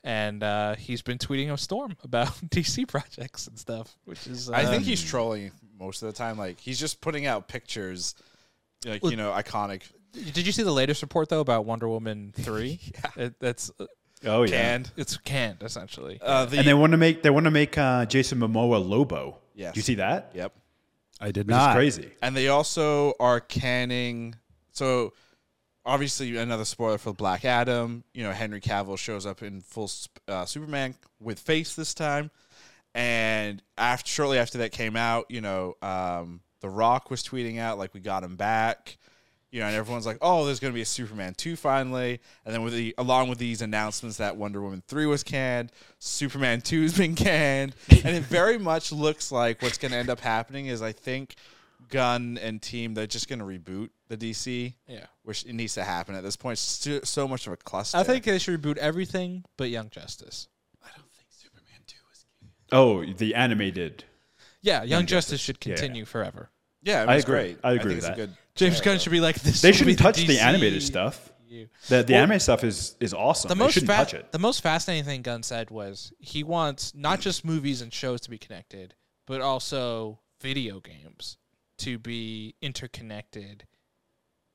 [SPEAKER 3] and uh, he's been tweeting a storm about DC projects and stuff, which is uh,
[SPEAKER 1] I think he's trolling most of the time. Like he's just putting out pictures, like you know, iconic
[SPEAKER 3] Did you see the latest report though about Wonder Woman three? um, yeah, it, that's
[SPEAKER 2] Oh yeah.
[SPEAKER 1] Canned.
[SPEAKER 3] it's canned essentially.
[SPEAKER 1] Uh, the
[SPEAKER 2] And they want to make they want to make uh, Jason Momoa Lobo.
[SPEAKER 1] Yes.
[SPEAKER 2] Do you see that?
[SPEAKER 1] yep.
[SPEAKER 4] I did
[SPEAKER 2] Which is crazy.
[SPEAKER 1] And they also are canning. So, obviously, another spoiler for Black Adam. You know, Henry Cavill shows up in full sp- uh, Superman with face this time. And after, shortly after that came out, you know, um, The Rock was tweeting out, like, we got him back. You know, and everyone's like, "Oh, there's going to be a Superman two finally," and then with the along with these announcements that Wonder Woman three was canned, Superman two's been canned, and it very much looks like what's going to end up happening is I think Gunn and team they're just going to reboot the DC,
[SPEAKER 3] yeah,
[SPEAKER 1] which it needs to happen at this point. It's so, so much of a cluster.
[SPEAKER 3] I think they should reboot everything but Young Justice.
[SPEAKER 2] Oh, the animated.
[SPEAKER 3] Yeah, Young, Justice, should
[SPEAKER 2] yeah.
[SPEAKER 3] continue forever.
[SPEAKER 1] yeah, it
[SPEAKER 2] I
[SPEAKER 1] was
[SPEAKER 2] agree.
[SPEAKER 1] great.
[SPEAKER 2] I agree with
[SPEAKER 1] think it's a
[SPEAKER 2] that.
[SPEAKER 1] good
[SPEAKER 3] James Gunn should be like this.
[SPEAKER 2] They
[SPEAKER 3] will be
[SPEAKER 2] shouldn't touch the
[SPEAKER 3] DC.
[SPEAKER 2] animated stuff. The, the animated stuff is is awesome.
[SPEAKER 3] The
[SPEAKER 2] they
[SPEAKER 3] most
[SPEAKER 2] shouldn't
[SPEAKER 3] fa-
[SPEAKER 2] touch it.
[SPEAKER 3] the most fascinating thing Gunn said was he wants not just movies and shows to be connected, but also video games to be interconnected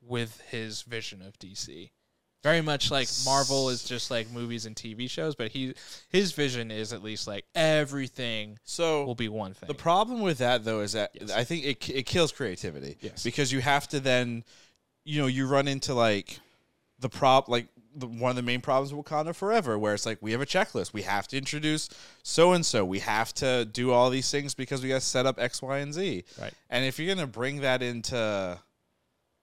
[SPEAKER 3] with his vision of DC. Very much like Marvel is just like movies and TV shows, but he his vision is at least like everything
[SPEAKER 1] so
[SPEAKER 3] will be one thing.
[SPEAKER 1] The problem with that though is that I think it it kills creativity.
[SPEAKER 3] Yes.
[SPEAKER 1] Because you have to then, you know, you run into like the prop like the, one of the main problems with Wakanda Forever, where it's like we have a checklist, we have to introduce so and so, we have to do all these things because we got to set up X, Y, and Z.
[SPEAKER 3] Right.
[SPEAKER 1] And if you're gonna bring that into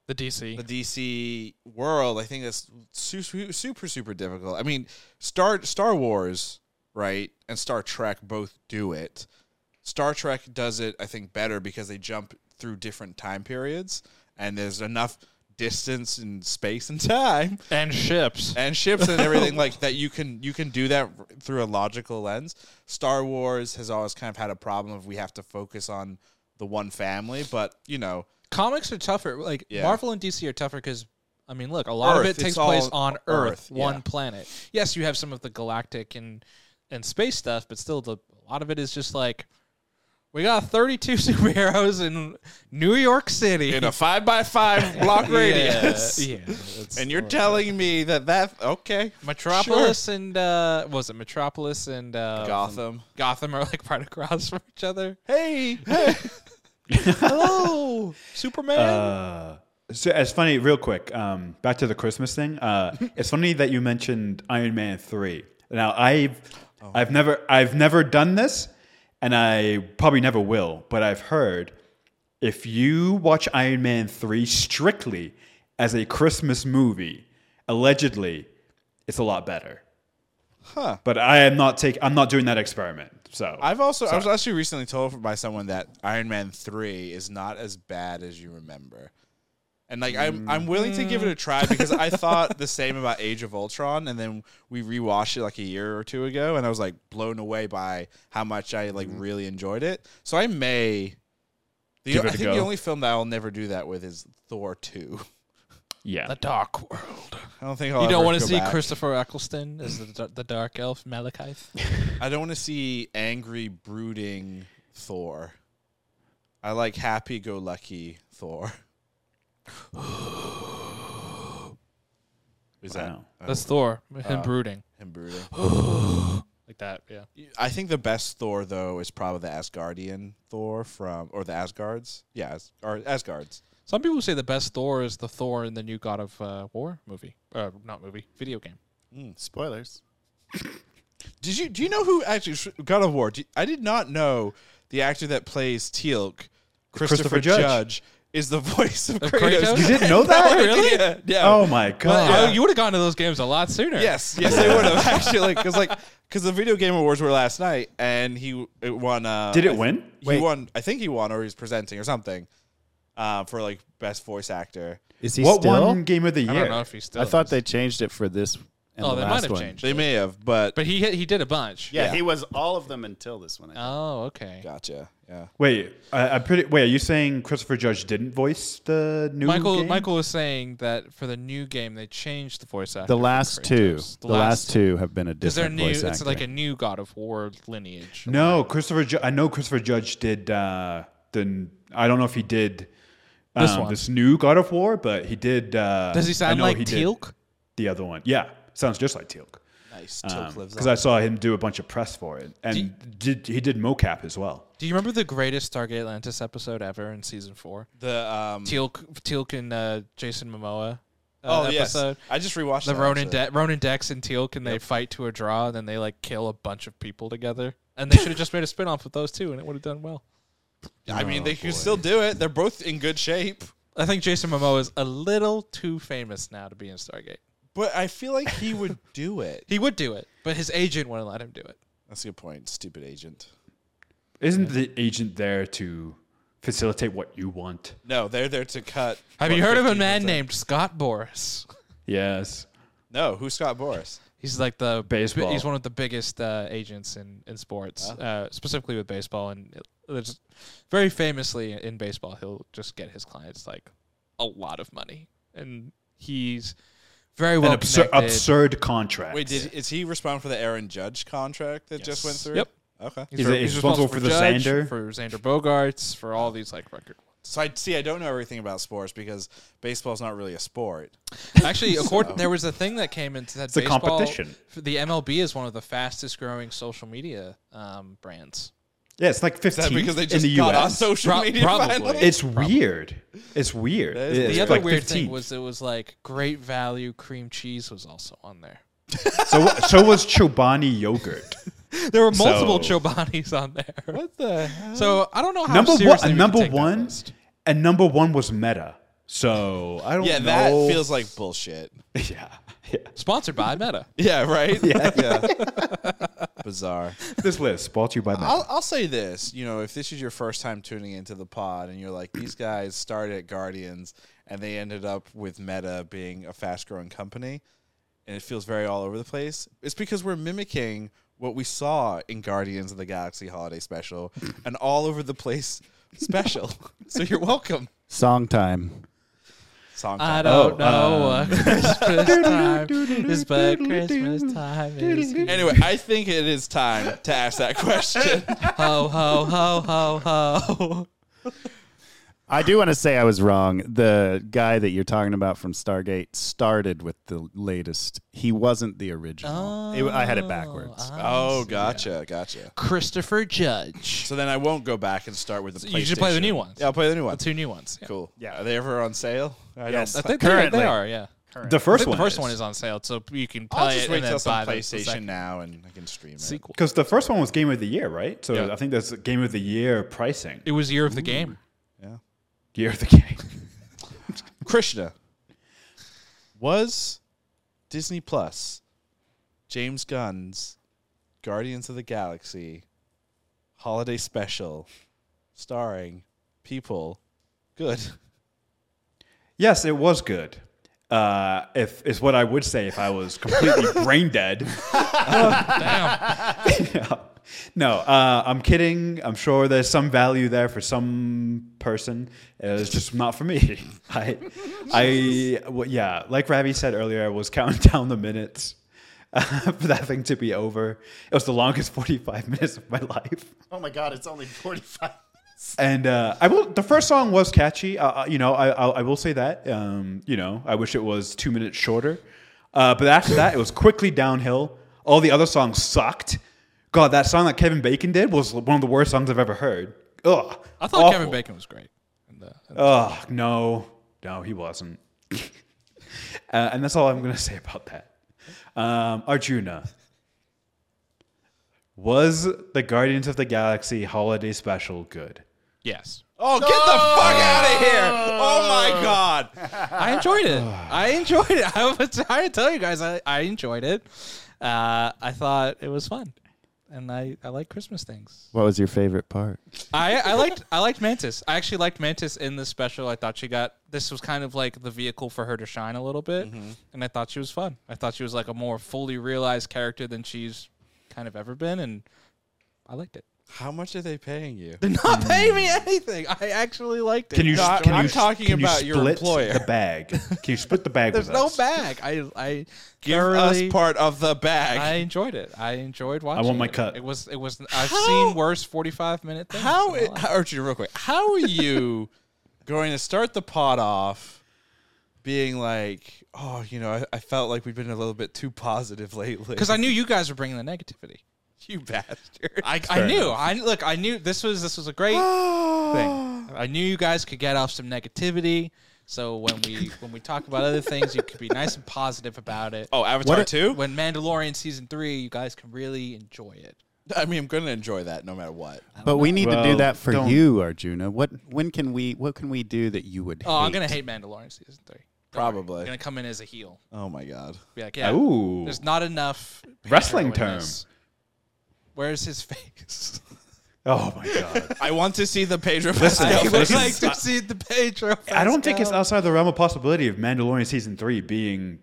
[SPEAKER 3] the DC.
[SPEAKER 1] the DC world, I think that's su- su- super super difficult. I mean, Star Star Wars, right, and Star Trek both do it. Star Trek does it, I think, better because they jump through different time periods, and there's enough distance and space and time
[SPEAKER 3] and ships.
[SPEAKER 1] and ships and everything like that you can you can do that r- through a logical lens star wars has always kind of had a problem of we have to focus on the one family but you know
[SPEAKER 3] Comics are tougher. Like
[SPEAKER 1] Yeah.
[SPEAKER 3] Marvel and DC are tougher because I mean, look, a lot of
[SPEAKER 1] Earth,
[SPEAKER 3] it takes
[SPEAKER 1] it's all
[SPEAKER 3] place on Earth,
[SPEAKER 1] Earth,
[SPEAKER 3] one
[SPEAKER 1] yeah.
[SPEAKER 3] planet. Yes, you have some of the galactic and and space stuff, but still, the a lot of it is just like we got 32 superheroes in New York City
[SPEAKER 1] in a five by five block
[SPEAKER 3] Yeah,
[SPEAKER 1] radius
[SPEAKER 3] Yeah, that's-
[SPEAKER 1] And you're telling me that that okay
[SPEAKER 3] Metropolis and uh, what was it Metropolis and uh,
[SPEAKER 1] Gotham.
[SPEAKER 3] Gotham are like right across from each other.
[SPEAKER 1] Hey, hey. Oh!
[SPEAKER 3] Hello, Superman.
[SPEAKER 2] Uh, so it's funny, real quick. Um, back to the Christmas thing. Uh, it's funny that you mentioned Iron Man three. Now I've
[SPEAKER 3] Oh.
[SPEAKER 2] I've never I've never done this, and I probably never will. But I've heard if you watch Iron Man three strictly as a Christmas movie, allegedly, it's a lot better.
[SPEAKER 1] Huh.
[SPEAKER 2] But I am not taking. I'm not doing that experiment. So
[SPEAKER 1] I've also I was actually recently told by someone that Iron Man three is not as bad as you remember, and like I'm I'm willing to give it a try because I thought the same about Age of Ultron, and then we rewatched it like a year or two ago, and I was like blown away by how much I like really enjoyed it. So I may. The,
[SPEAKER 2] Give it
[SPEAKER 1] I
[SPEAKER 2] a
[SPEAKER 1] think
[SPEAKER 2] go.
[SPEAKER 1] the only film that I'll never do that with is Thor two.
[SPEAKER 2] yeah.
[SPEAKER 3] the Dark World.
[SPEAKER 1] Oh, I don't think I'll
[SPEAKER 3] You don't
[SPEAKER 1] want to
[SPEAKER 3] see
[SPEAKER 1] back.
[SPEAKER 3] Christopher Eccleston as the, the dark elf Malekith?
[SPEAKER 1] I don't want to see angry, brooding Thor. I like happy go lucky Thor. Is
[SPEAKER 2] Wow.
[SPEAKER 1] that uh,
[SPEAKER 3] That's Thor, him brooding
[SPEAKER 1] him brooding?
[SPEAKER 3] like that. Yeah,
[SPEAKER 1] I think the best Thor though is probably the Asgardian Thor from or the Asgards. Yeah, As, or Asgards.
[SPEAKER 3] some people say the best Thor is the Thor in the new God of uh, War movie, uh, not movie, video game.
[SPEAKER 4] Spoilers.
[SPEAKER 1] Did you do you know who actually God of War? do you- I did not know the actor that plays Teal'c, Christopher, Judge.
[SPEAKER 2] Judge.
[SPEAKER 1] is the voice of
[SPEAKER 3] Of
[SPEAKER 1] Kratos.
[SPEAKER 3] Kratos?
[SPEAKER 2] you didn't know that?
[SPEAKER 3] Really?
[SPEAKER 1] Yeah, yeah.
[SPEAKER 2] Oh my god.
[SPEAKER 3] Well, you would have gone to those games a lot sooner.
[SPEAKER 1] Yes, yes, they would have actually, because like, because the video game awards were last night, and he it won. Uh,
[SPEAKER 2] Did
[SPEAKER 1] I
[SPEAKER 2] it
[SPEAKER 1] th-
[SPEAKER 2] win?
[SPEAKER 1] He
[SPEAKER 4] Wait.
[SPEAKER 1] won. I think he won, or he's presenting or something, uh, for like best voice actor.
[SPEAKER 4] Is he
[SPEAKER 2] what
[SPEAKER 4] still?
[SPEAKER 2] one game of the year?
[SPEAKER 3] I don't know if he still.
[SPEAKER 4] I thought
[SPEAKER 3] is.
[SPEAKER 4] they changed it for this. And
[SPEAKER 3] Oh, they
[SPEAKER 4] the
[SPEAKER 3] might
[SPEAKER 4] last
[SPEAKER 3] have
[SPEAKER 4] one.
[SPEAKER 3] changed.
[SPEAKER 1] They may have, but,
[SPEAKER 3] but he he did a bunch.
[SPEAKER 4] Yeah, Ah,
[SPEAKER 1] Yeah.
[SPEAKER 4] he was all of them until this one. I think.
[SPEAKER 3] Oh, okay.
[SPEAKER 1] gotcha. Yeah,
[SPEAKER 2] Wait, I, I pretty wait. Are you saying Christopher Judge didn't voice the new
[SPEAKER 3] Michael
[SPEAKER 2] game?
[SPEAKER 3] Michael was saying that for the new game they changed the voice actor.
[SPEAKER 4] the
[SPEAKER 3] for
[SPEAKER 4] last
[SPEAKER 3] Kratos.
[SPEAKER 4] two. The, last two have been a
[SPEAKER 3] Is there
[SPEAKER 4] different
[SPEAKER 3] new?
[SPEAKER 4] voice
[SPEAKER 3] It's
[SPEAKER 4] actor.
[SPEAKER 3] like a new God of War lineage.
[SPEAKER 2] No, Christopher. Ju- I know Christopher Judge did uh, the. I don't know if he did
[SPEAKER 3] This one.
[SPEAKER 2] this new God of War, but he did. Uh,
[SPEAKER 3] Does he
[SPEAKER 2] I
[SPEAKER 3] sound
[SPEAKER 2] know
[SPEAKER 3] like
[SPEAKER 2] he did
[SPEAKER 3] Teal'c?
[SPEAKER 2] The other one, yeah, sounds just like Teal'c.
[SPEAKER 1] Nice.
[SPEAKER 2] uh, Because I saw him do a bunch of press for it, and did, he did mocap as well.
[SPEAKER 3] Do you remember the greatest Stargate Atlantis episode ever in season four?
[SPEAKER 1] the um.
[SPEAKER 3] Teal'c, Teal'c and uh, Jason Momoa. Uh,
[SPEAKER 1] oh yes,
[SPEAKER 3] episode.
[SPEAKER 1] I just rewatched
[SPEAKER 3] The
[SPEAKER 1] that,
[SPEAKER 3] Ronin,
[SPEAKER 1] actually.
[SPEAKER 3] De- Ronin Dex and Teal'c, and they fight to a draw, and then they like kill a bunch of people together. And they should have just made a spin off of those two, and it would have done well.
[SPEAKER 1] I mean, they could still do it. They're both in good shape.
[SPEAKER 3] I think Jason Momoa is a little too famous now to be in Stargate.
[SPEAKER 1] But I feel like he would do it.
[SPEAKER 3] He would do it, but his agent wouldn't let him do it.
[SPEAKER 1] That's a good point. Stupid agent.
[SPEAKER 2] Isn't the agent there to facilitate what you want?
[SPEAKER 1] No, they're there to cut.
[SPEAKER 3] Have
[SPEAKER 1] what,
[SPEAKER 3] you heard of a
[SPEAKER 1] 15%?
[SPEAKER 3] man named Scott Boris?
[SPEAKER 2] Yes.
[SPEAKER 1] No, who's Scott Boris?
[SPEAKER 3] He's like the
[SPEAKER 2] Baseball.
[SPEAKER 3] He's one of the biggest uh, agents in in sports, uh, specifically with baseball. And it- there's very famously in baseball, he'll just get his clients like a lot of money, and he's very well
[SPEAKER 2] An absur-
[SPEAKER 3] connected.
[SPEAKER 2] absurd contract.
[SPEAKER 1] Wait, did, is he responsible for the Aaron Judge contract that just went
[SPEAKER 3] Yes.
[SPEAKER 1] through?
[SPEAKER 3] Yep.
[SPEAKER 1] Okay.
[SPEAKER 2] He's a- he's responsible for the
[SPEAKER 3] Judge,
[SPEAKER 2] Xander?
[SPEAKER 3] for Xander Bogarts, for all these like record.
[SPEAKER 1] So I see. I don't know everything about sports because baseball's not really a sport.
[SPEAKER 3] Actually, according, there was a thing that came and said
[SPEAKER 2] a
[SPEAKER 3] baseball-
[SPEAKER 2] competition.
[SPEAKER 3] f- The MLB is one of the fastest growing social media um, brands.
[SPEAKER 2] Yeah, it's like
[SPEAKER 1] Is that
[SPEAKER 2] fifteen
[SPEAKER 1] because they just
[SPEAKER 2] in the
[SPEAKER 1] got on
[SPEAKER 2] US.
[SPEAKER 1] social
[SPEAKER 3] Pro-
[SPEAKER 1] media?
[SPEAKER 3] probably.
[SPEAKER 1] Finally?
[SPEAKER 2] It's weird. It's weird.
[SPEAKER 1] That is
[SPEAKER 2] Yeah,
[SPEAKER 1] weird.
[SPEAKER 2] it's
[SPEAKER 3] The other
[SPEAKER 2] like
[SPEAKER 3] weird
[SPEAKER 2] 15.
[SPEAKER 3] thing was it was like great value cream cheese was also on there.
[SPEAKER 2] so so was Chobani yogurt.
[SPEAKER 3] There were multiple
[SPEAKER 2] So-
[SPEAKER 3] Chobanis on there.
[SPEAKER 1] what the hell?
[SPEAKER 3] So I don't know how
[SPEAKER 2] number
[SPEAKER 3] seriously
[SPEAKER 2] one,
[SPEAKER 3] we can
[SPEAKER 2] and number
[SPEAKER 3] take that
[SPEAKER 2] one,
[SPEAKER 3] list.
[SPEAKER 2] and number one was Meta. So I don't
[SPEAKER 1] Yeah,
[SPEAKER 2] know.
[SPEAKER 1] that feels like bullshit.
[SPEAKER 2] yeah, yeah.
[SPEAKER 3] sponsored by Meta.
[SPEAKER 1] Yeah, right. Yeah, Bizarre.
[SPEAKER 2] This list brought to you by Meta.
[SPEAKER 1] I'll, I'll say this: you know, if this is your first time tuning into the pod, and you're like, these guys started at Guardians and they ended up with Meta being a fast-growing company, and it feels very all over the place, it's because we're mimicking what we saw in Guardians of the Galaxy Holiday Special, an all over the place special. so you're welcome.
[SPEAKER 4] Song time.
[SPEAKER 1] Song
[SPEAKER 3] I
[SPEAKER 1] time.
[SPEAKER 3] don't
[SPEAKER 2] Oh,
[SPEAKER 3] know what Christmas time is, but Christmas time is. here.
[SPEAKER 1] Anyway, I think it is time to ask that question.
[SPEAKER 3] Ho ho ho ho ho.
[SPEAKER 4] I do want to say I was wrong. The guy that you're talking about from Stargate started with the latest. He wasn't the original. It- I had it backwards.
[SPEAKER 3] Oh, I
[SPEAKER 1] oh,
[SPEAKER 3] see.
[SPEAKER 1] gotcha, gotcha.
[SPEAKER 3] Christopher Judge.
[SPEAKER 1] So then I won't go back and start with the.
[SPEAKER 3] you should play the
[SPEAKER 1] PlayStation.
[SPEAKER 3] new ones.
[SPEAKER 1] Yeah, I'll play the new
[SPEAKER 3] The
[SPEAKER 1] ones.
[SPEAKER 3] two new ones. Yeah.
[SPEAKER 1] Cool.
[SPEAKER 4] Yeah.
[SPEAKER 1] Are they ever on sale? I
[SPEAKER 3] I
[SPEAKER 4] Yes.
[SPEAKER 1] don't-
[SPEAKER 3] think they,
[SPEAKER 4] Currently.
[SPEAKER 3] they are. Yeah.
[SPEAKER 2] the
[SPEAKER 3] I
[SPEAKER 2] first
[SPEAKER 3] think
[SPEAKER 2] one.
[SPEAKER 3] the first one is on sale, so you can play
[SPEAKER 1] I'll
[SPEAKER 3] it
[SPEAKER 1] just wait
[SPEAKER 3] and then
[SPEAKER 1] till it's on
[SPEAKER 3] buy the- the
[SPEAKER 1] PlayStation
[SPEAKER 3] second
[SPEAKER 1] now and I can stream it.
[SPEAKER 3] sequel.
[SPEAKER 2] because the first one was Game of the Year, right? So
[SPEAKER 1] Yeah.
[SPEAKER 2] I think that's Game of the Year pricing.
[SPEAKER 3] It was year of the game.
[SPEAKER 1] Yeah.
[SPEAKER 2] Year of the Game.
[SPEAKER 1] Krishna. Was Disney Plus James Gunn's Guardians of the Galaxy holiday special starring people good?
[SPEAKER 2] Yes, it was good. Uh, if is what I would say if I was completely brain dead. Yeah. No, uh, I'm kidding. I'm sure there's some value there for some person. It's just not for me. I, I, well, yeah, like Ravi said earlier, I was counting down the minutes uh, for that thing to be over. It was the longest 45 minutes of my life.
[SPEAKER 4] Oh my God, it's only 45
[SPEAKER 2] And uh, I will. The first song was catchy. Uh, uh, you know, I, I I will say that. Um, you know, I wish it was two minutes shorter. Uh, but after that, it was quickly downhill. All the other songs sucked. God, that song that Kevin Bacon did was one of the worst songs I've ever heard. Ugh.
[SPEAKER 3] I thought
[SPEAKER 2] awful.
[SPEAKER 3] Kevin Bacon was great. in the- in the-
[SPEAKER 2] Ugh. No, no, he wasn't. uh, and that's all I'm gonna say about that. Um, Arjuna was the Guardians of the Galaxy holiday special good?
[SPEAKER 3] yes,
[SPEAKER 1] Oh, get the fuck out of here! Oh my god!
[SPEAKER 3] I enjoyed it. I enjoyed it. I was trying to tell you guys, I, I enjoyed it. Uh, I thought it was fun, and I, I like Christmas things.
[SPEAKER 4] What was your favorite part?
[SPEAKER 3] I, I liked I liked Mantis. I actually liked Mantis in this special. I thought she got this was kind of like the vehicle for her to shine a little bit,
[SPEAKER 1] Mm-hmm.
[SPEAKER 3] and I thought she was fun. I thought she was like a more fully realized character than she's kind of ever been, and I liked it.
[SPEAKER 1] How much are they paying you?
[SPEAKER 3] They're not paying me anything. I actually liked it.
[SPEAKER 2] Can you?
[SPEAKER 1] No, I-
[SPEAKER 2] can
[SPEAKER 1] I'm
[SPEAKER 2] you,
[SPEAKER 1] talking
[SPEAKER 2] can you
[SPEAKER 1] about your
[SPEAKER 2] split
[SPEAKER 1] employer.
[SPEAKER 2] The bag. Can you split the bag?
[SPEAKER 3] There's
[SPEAKER 2] with
[SPEAKER 3] no
[SPEAKER 2] us?
[SPEAKER 3] bag. I I
[SPEAKER 1] Give
[SPEAKER 3] thoroughly-
[SPEAKER 1] us part of the bag.
[SPEAKER 3] I enjoyed it. I enjoyed watching.
[SPEAKER 2] my
[SPEAKER 3] it.
[SPEAKER 2] cut.
[SPEAKER 3] It was it was. I've
[SPEAKER 1] How-
[SPEAKER 3] seen worse forty five minute things.
[SPEAKER 1] How,
[SPEAKER 3] in
[SPEAKER 1] i-
[SPEAKER 3] my life.
[SPEAKER 1] how Archie, real quick? How are you going to start the pod off being like, oh, you know, I, I felt like we've been a little bit too positive lately.
[SPEAKER 3] because I knew you guys were bringing the negativity.
[SPEAKER 1] you bastard.
[SPEAKER 3] I, I knew. I look. I knew this was this was a great Ah. thing. I knew you guys could get off some negativity. So when we when we talk about other things, you could be nice and positive about it.
[SPEAKER 1] oh, Avatar two.
[SPEAKER 3] When Mandalorian season three, you guys can really enjoy it.
[SPEAKER 1] I mean, I'm gonna enjoy that no matter what.
[SPEAKER 3] Uh,
[SPEAKER 4] But we need to do
[SPEAKER 2] Well,
[SPEAKER 4] that for
[SPEAKER 2] don't-
[SPEAKER 4] you, Arjuna. What when can we what can we do that you would
[SPEAKER 3] Oh,
[SPEAKER 4] hate?
[SPEAKER 3] I'm gonna hate Mandalorian season three. Don't worry.
[SPEAKER 1] Probably.
[SPEAKER 3] I'm gonna come in as a heel.
[SPEAKER 1] Oh my god.
[SPEAKER 3] Be like, yeah,
[SPEAKER 2] Uh, Ooh.
[SPEAKER 3] there's not enough Pedro
[SPEAKER 2] Wrestling
[SPEAKER 3] in
[SPEAKER 2] term.
[SPEAKER 3] this. Where's his face?
[SPEAKER 2] Oh my god.
[SPEAKER 1] I want to see the Pedro
[SPEAKER 3] I
[SPEAKER 1] Pascal.
[SPEAKER 3] would
[SPEAKER 1] face.
[SPEAKER 3] like to see the Pedro.
[SPEAKER 2] Uh, I don't think it's
[SPEAKER 3] Pascal.
[SPEAKER 2] outside the realm of possibility of Mandalorian season three being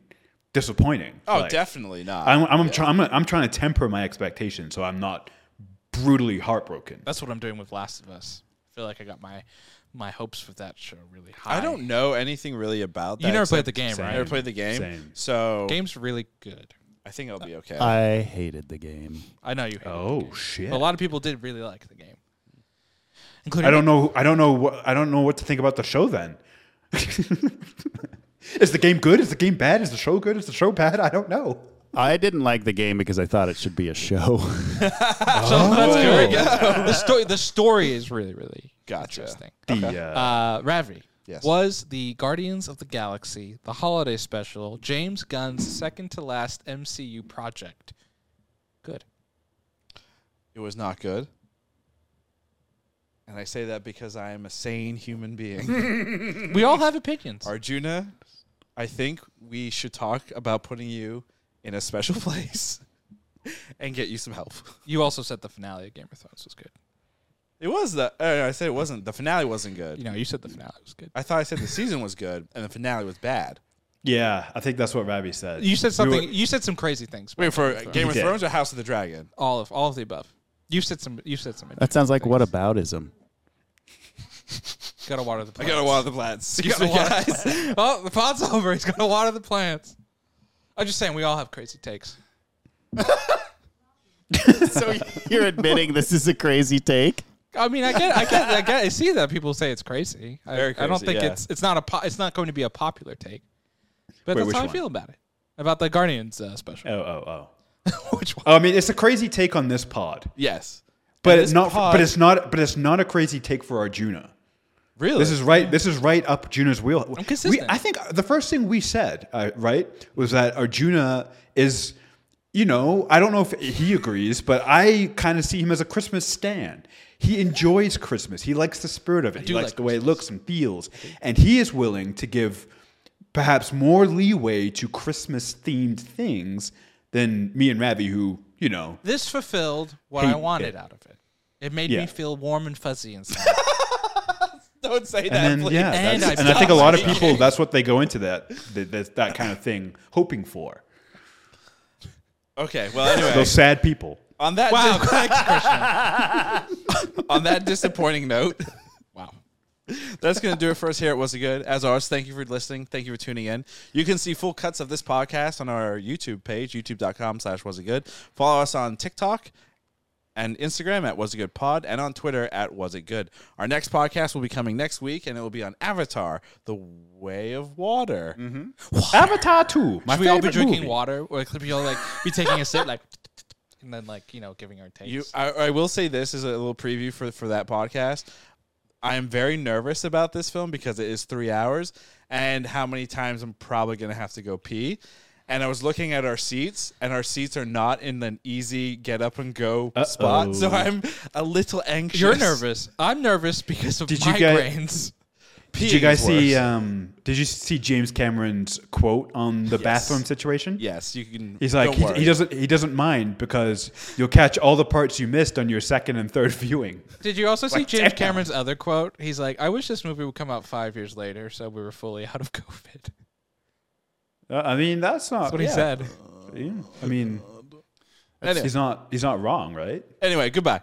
[SPEAKER 2] disappointing.
[SPEAKER 1] Oh,
[SPEAKER 2] Like,
[SPEAKER 1] definitely not.
[SPEAKER 2] I'm I'm, try- I'm I'm trying to temper my expectations so I'm not brutally heartbroken.
[SPEAKER 3] That's what I'm doing with Last of Us. I feel like I got my my hopes for that show really high.
[SPEAKER 1] I don't know anything really about that.
[SPEAKER 3] You never played
[SPEAKER 1] except-
[SPEAKER 3] the game,
[SPEAKER 1] I
[SPEAKER 3] right?
[SPEAKER 1] never played the game,
[SPEAKER 2] Same.
[SPEAKER 1] so
[SPEAKER 3] Game's really good.
[SPEAKER 1] I think I'll be okay.
[SPEAKER 4] I hated the game.
[SPEAKER 3] I know you. Hate it.
[SPEAKER 2] Oh shit.
[SPEAKER 3] But a lot of people did really like the game, including
[SPEAKER 2] I don't know I don't know what I don't know what to think about the show then. Is the game good? Is the game bad? Is the show good? Is the show bad? I don't know.
[SPEAKER 4] I didn't like the game because I thought it should be a show.
[SPEAKER 3] So that's good. the story. The story is really really
[SPEAKER 1] Gotcha.
[SPEAKER 3] interesting.
[SPEAKER 2] The uh,
[SPEAKER 3] Uh, Ravi
[SPEAKER 1] Yes.
[SPEAKER 3] was the Guardians of the Galaxy, the holiday special, James Gunn's second to last MCU project. Good.
[SPEAKER 1] It was not good. And I say that because I am a sane human being.
[SPEAKER 3] We all have opinions.
[SPEAKER 1] Arjuna, I think we should talk about putting you in a special place and get you some help.
[SPEAKER 3] You also said the finale of Game of Thrones was good.
[SPEAKER 1] It was the uh, I said it wasn't. The finale wasn't good.
[SPEAKER 3] You know, you said the finale was good.
[SPEAKER 1] I thought I said the season was good and the finale was bad.
[SPEAKER 2] yeah, I think that's what Rabbi said.
[SPEAKER 3] You said
[SPEAKER 2] We were-
[SPEAKER 3] something. you said some crazy things.
[SPEAKER 1] Wait for Game of
[SPEAKER 2] did.
[SPEAKER 1] Thrones or House of the Dragon?
[SPEAKER 3] all of all of the above. You said some. You said some.
[SPEAKER 4] That sounds like
[SPEAKER 3] interesting
[SPEAKER 4] what
[SPEAKER 3] things.
[SPEAKER 4] aboutism.
[SPEAKER 3] Gotta water the.
[SPEAKER 1] I
[SPEAKER 3] Plants.
[SPEAKER 1] gotta water the plants. Excuse me,
[SPEAKER 3] Gotta water
[SPEAKER 1] guys.
[SPEAKER 3] the plants. oh, the pot's over. He's gotta water the plants. I'm just saying, we all have crazy takes.
[SPEAKER 4] so you're admitting this is a crazy take?
[SPEAKER 3] I mean, I get, I get, I get. I see that people say it's crazy. I,
[SPEAKER 1] Very
[SPEAKER 3] I don't
[SPEAKER 1] crazy,
[SPEAKER 3] think
[SPEAKER 1] yeah.
[SPEAKER 3] it's it's not a po- it's not going to be a popular take. But
[SPEAKER 2] Wait,
[SPEAKER 3] that's
[SPEAKER 2] which
[SPEAKER 3] how I
[SPEAKER 2] one?
[SPEAKER 3] feel about it. About the Guardians uh, special.
[SPEAKER 2] Oh, oh,
[SPEAKER 3] Which one?
[SPEAKER 2] oh. I mean, it's a crazy take on this pod,
[SPEAKER 1] Yes.
[SPEAKER 2] but
[SPEAKER 1] And
[SPEAKER 2] it's
[SPEAKER 1] this
[SPEAKER 2] not.
[SPEAKER 1] pod-
[SPEAKER 2] But it's not. But it's not a crazy take for Arjuna.
[SPEAKER 1] Really?
[SPEAKER 2] This is right. This is right up Juno's wheel. I'm
[SPEAKER 3] consistent.
[SPEAKER 2] I think the first thing we said, uh, right, was that Arjuna is, you know, I don't know if he agrees, but I kind of see him as a Christmas stan. He enjoys Christmas. He likes the spirit of it. He
[SPEAKER 3] do
[SPEAKER 2] likes
[SPEAKER 3] like
[SPEAKER 2] the way it looks and feels, and he is willing to give perhaps more leeway to Christmas themed things than me and Ravi, who you know.
[SPEAKER 3] This fulfilled what I
[SPEAKER 2] Hate
[SPEAKER 3] wanted out of it. It made
[SPEAKER 2] Yeah.
[SPEAKER 3] me feel warm and fuzzy inside.
[SPEAKER 1] Don't say that.
[SPEAKER 2] And then
[SPEAKER 1] please.
[SPEAKER 2] yeah,
[SPEAKER 3] And
[SPEAKER 2] that's-
[SPEAKER 3] I
[SPEAKER 2] and I think a
[SPEAKER 3] stopped
[SPEAKER 2] lot of
[SPEAKER 3] drinking.
[SPEAKER 2] people that's what they go into that that, that, that kind of thing hoping for.
[SPEAKER 1] Okay. Well, anyway,
[SPEAKER 2] Those sad people.
[SPEAKER 1] on that
[SPEAKER 3] wow,
[SPEAKER 1] dis-
[SPEAKER 3] thanks, Krishna.
[SPEAKER 1] on that disappointing note,
[SPEAKER 3] Wow.
[SPEAKER 1] that's gonna do it for us here. It was good. As always, thank you for listening. Thank you for tuning in. You can see full cuts of this podcast on our YouTube page, youtube.com/slash was it good. Follow us on TikTok and Instagram at was it good pod, and on Twitter at was it good. Our next podcast will be coming next week, and it will be on Avatar: The Way of Water.
[SPEAKER 2] Avatar 2. My
[SPEAKER 3] Should we all be
[SPEAKER 2] favorite
[SPEAKER 3] drinking
[SPEAKER 2] movie.
[SPEAKER 3] water, or could we all like be taking a sip, like, and then like you know giving our takes?
[SPEAKER 1] You, I, I will say this is a little preview for for that podcast. I am very nervous about this film because it is three hours, and how many times I'm probably gonna have to go pee. And I was looking at our seats, and our seats are not in an easy get up and go spot. So I'm a little anxious.
[SPEAKER 3] You're nervous. I'm nervous because of
[SPEAKER 2] Did you guys-
[SPEAKER 3] migraines.
[SPEAKER 2] Did you guys see um did you see James Cameron's quote on the bathroom situation?
[SPEAKER 1] yes, you can.
[SPEAKER 2] He's like
[SPEAKER 1] don't
[SPEAKER 2] he,
[SPEAKER 1] worry.
[SPEAKER 2] he doesn't he doesn't mind because you'll catch all the parts you missed on your second and third viewing.
[SPEAKER 3] Did you also see
[SPEAKER 2] Like,
[SPEAKER 3] James
[SPEAKER 2] damn.
[SPEAKER 3] Cameron's other quote? He's like, "I wish this movie would come out five years later, so we were fully out of COVID." That's
[SPEAKER 2] Uh, I mean, that's not
[SPEAKER 3] what he
[SPEAKER 2] yeah.
[SPEAKER 3] said.
[SPEAKER 2] Yeah. I mean,
[SPEAKER 1] Anyway,
[SPEAKER 2] he's not he's not wrong, right?
[SPEAKER 1] anyway, goodbye.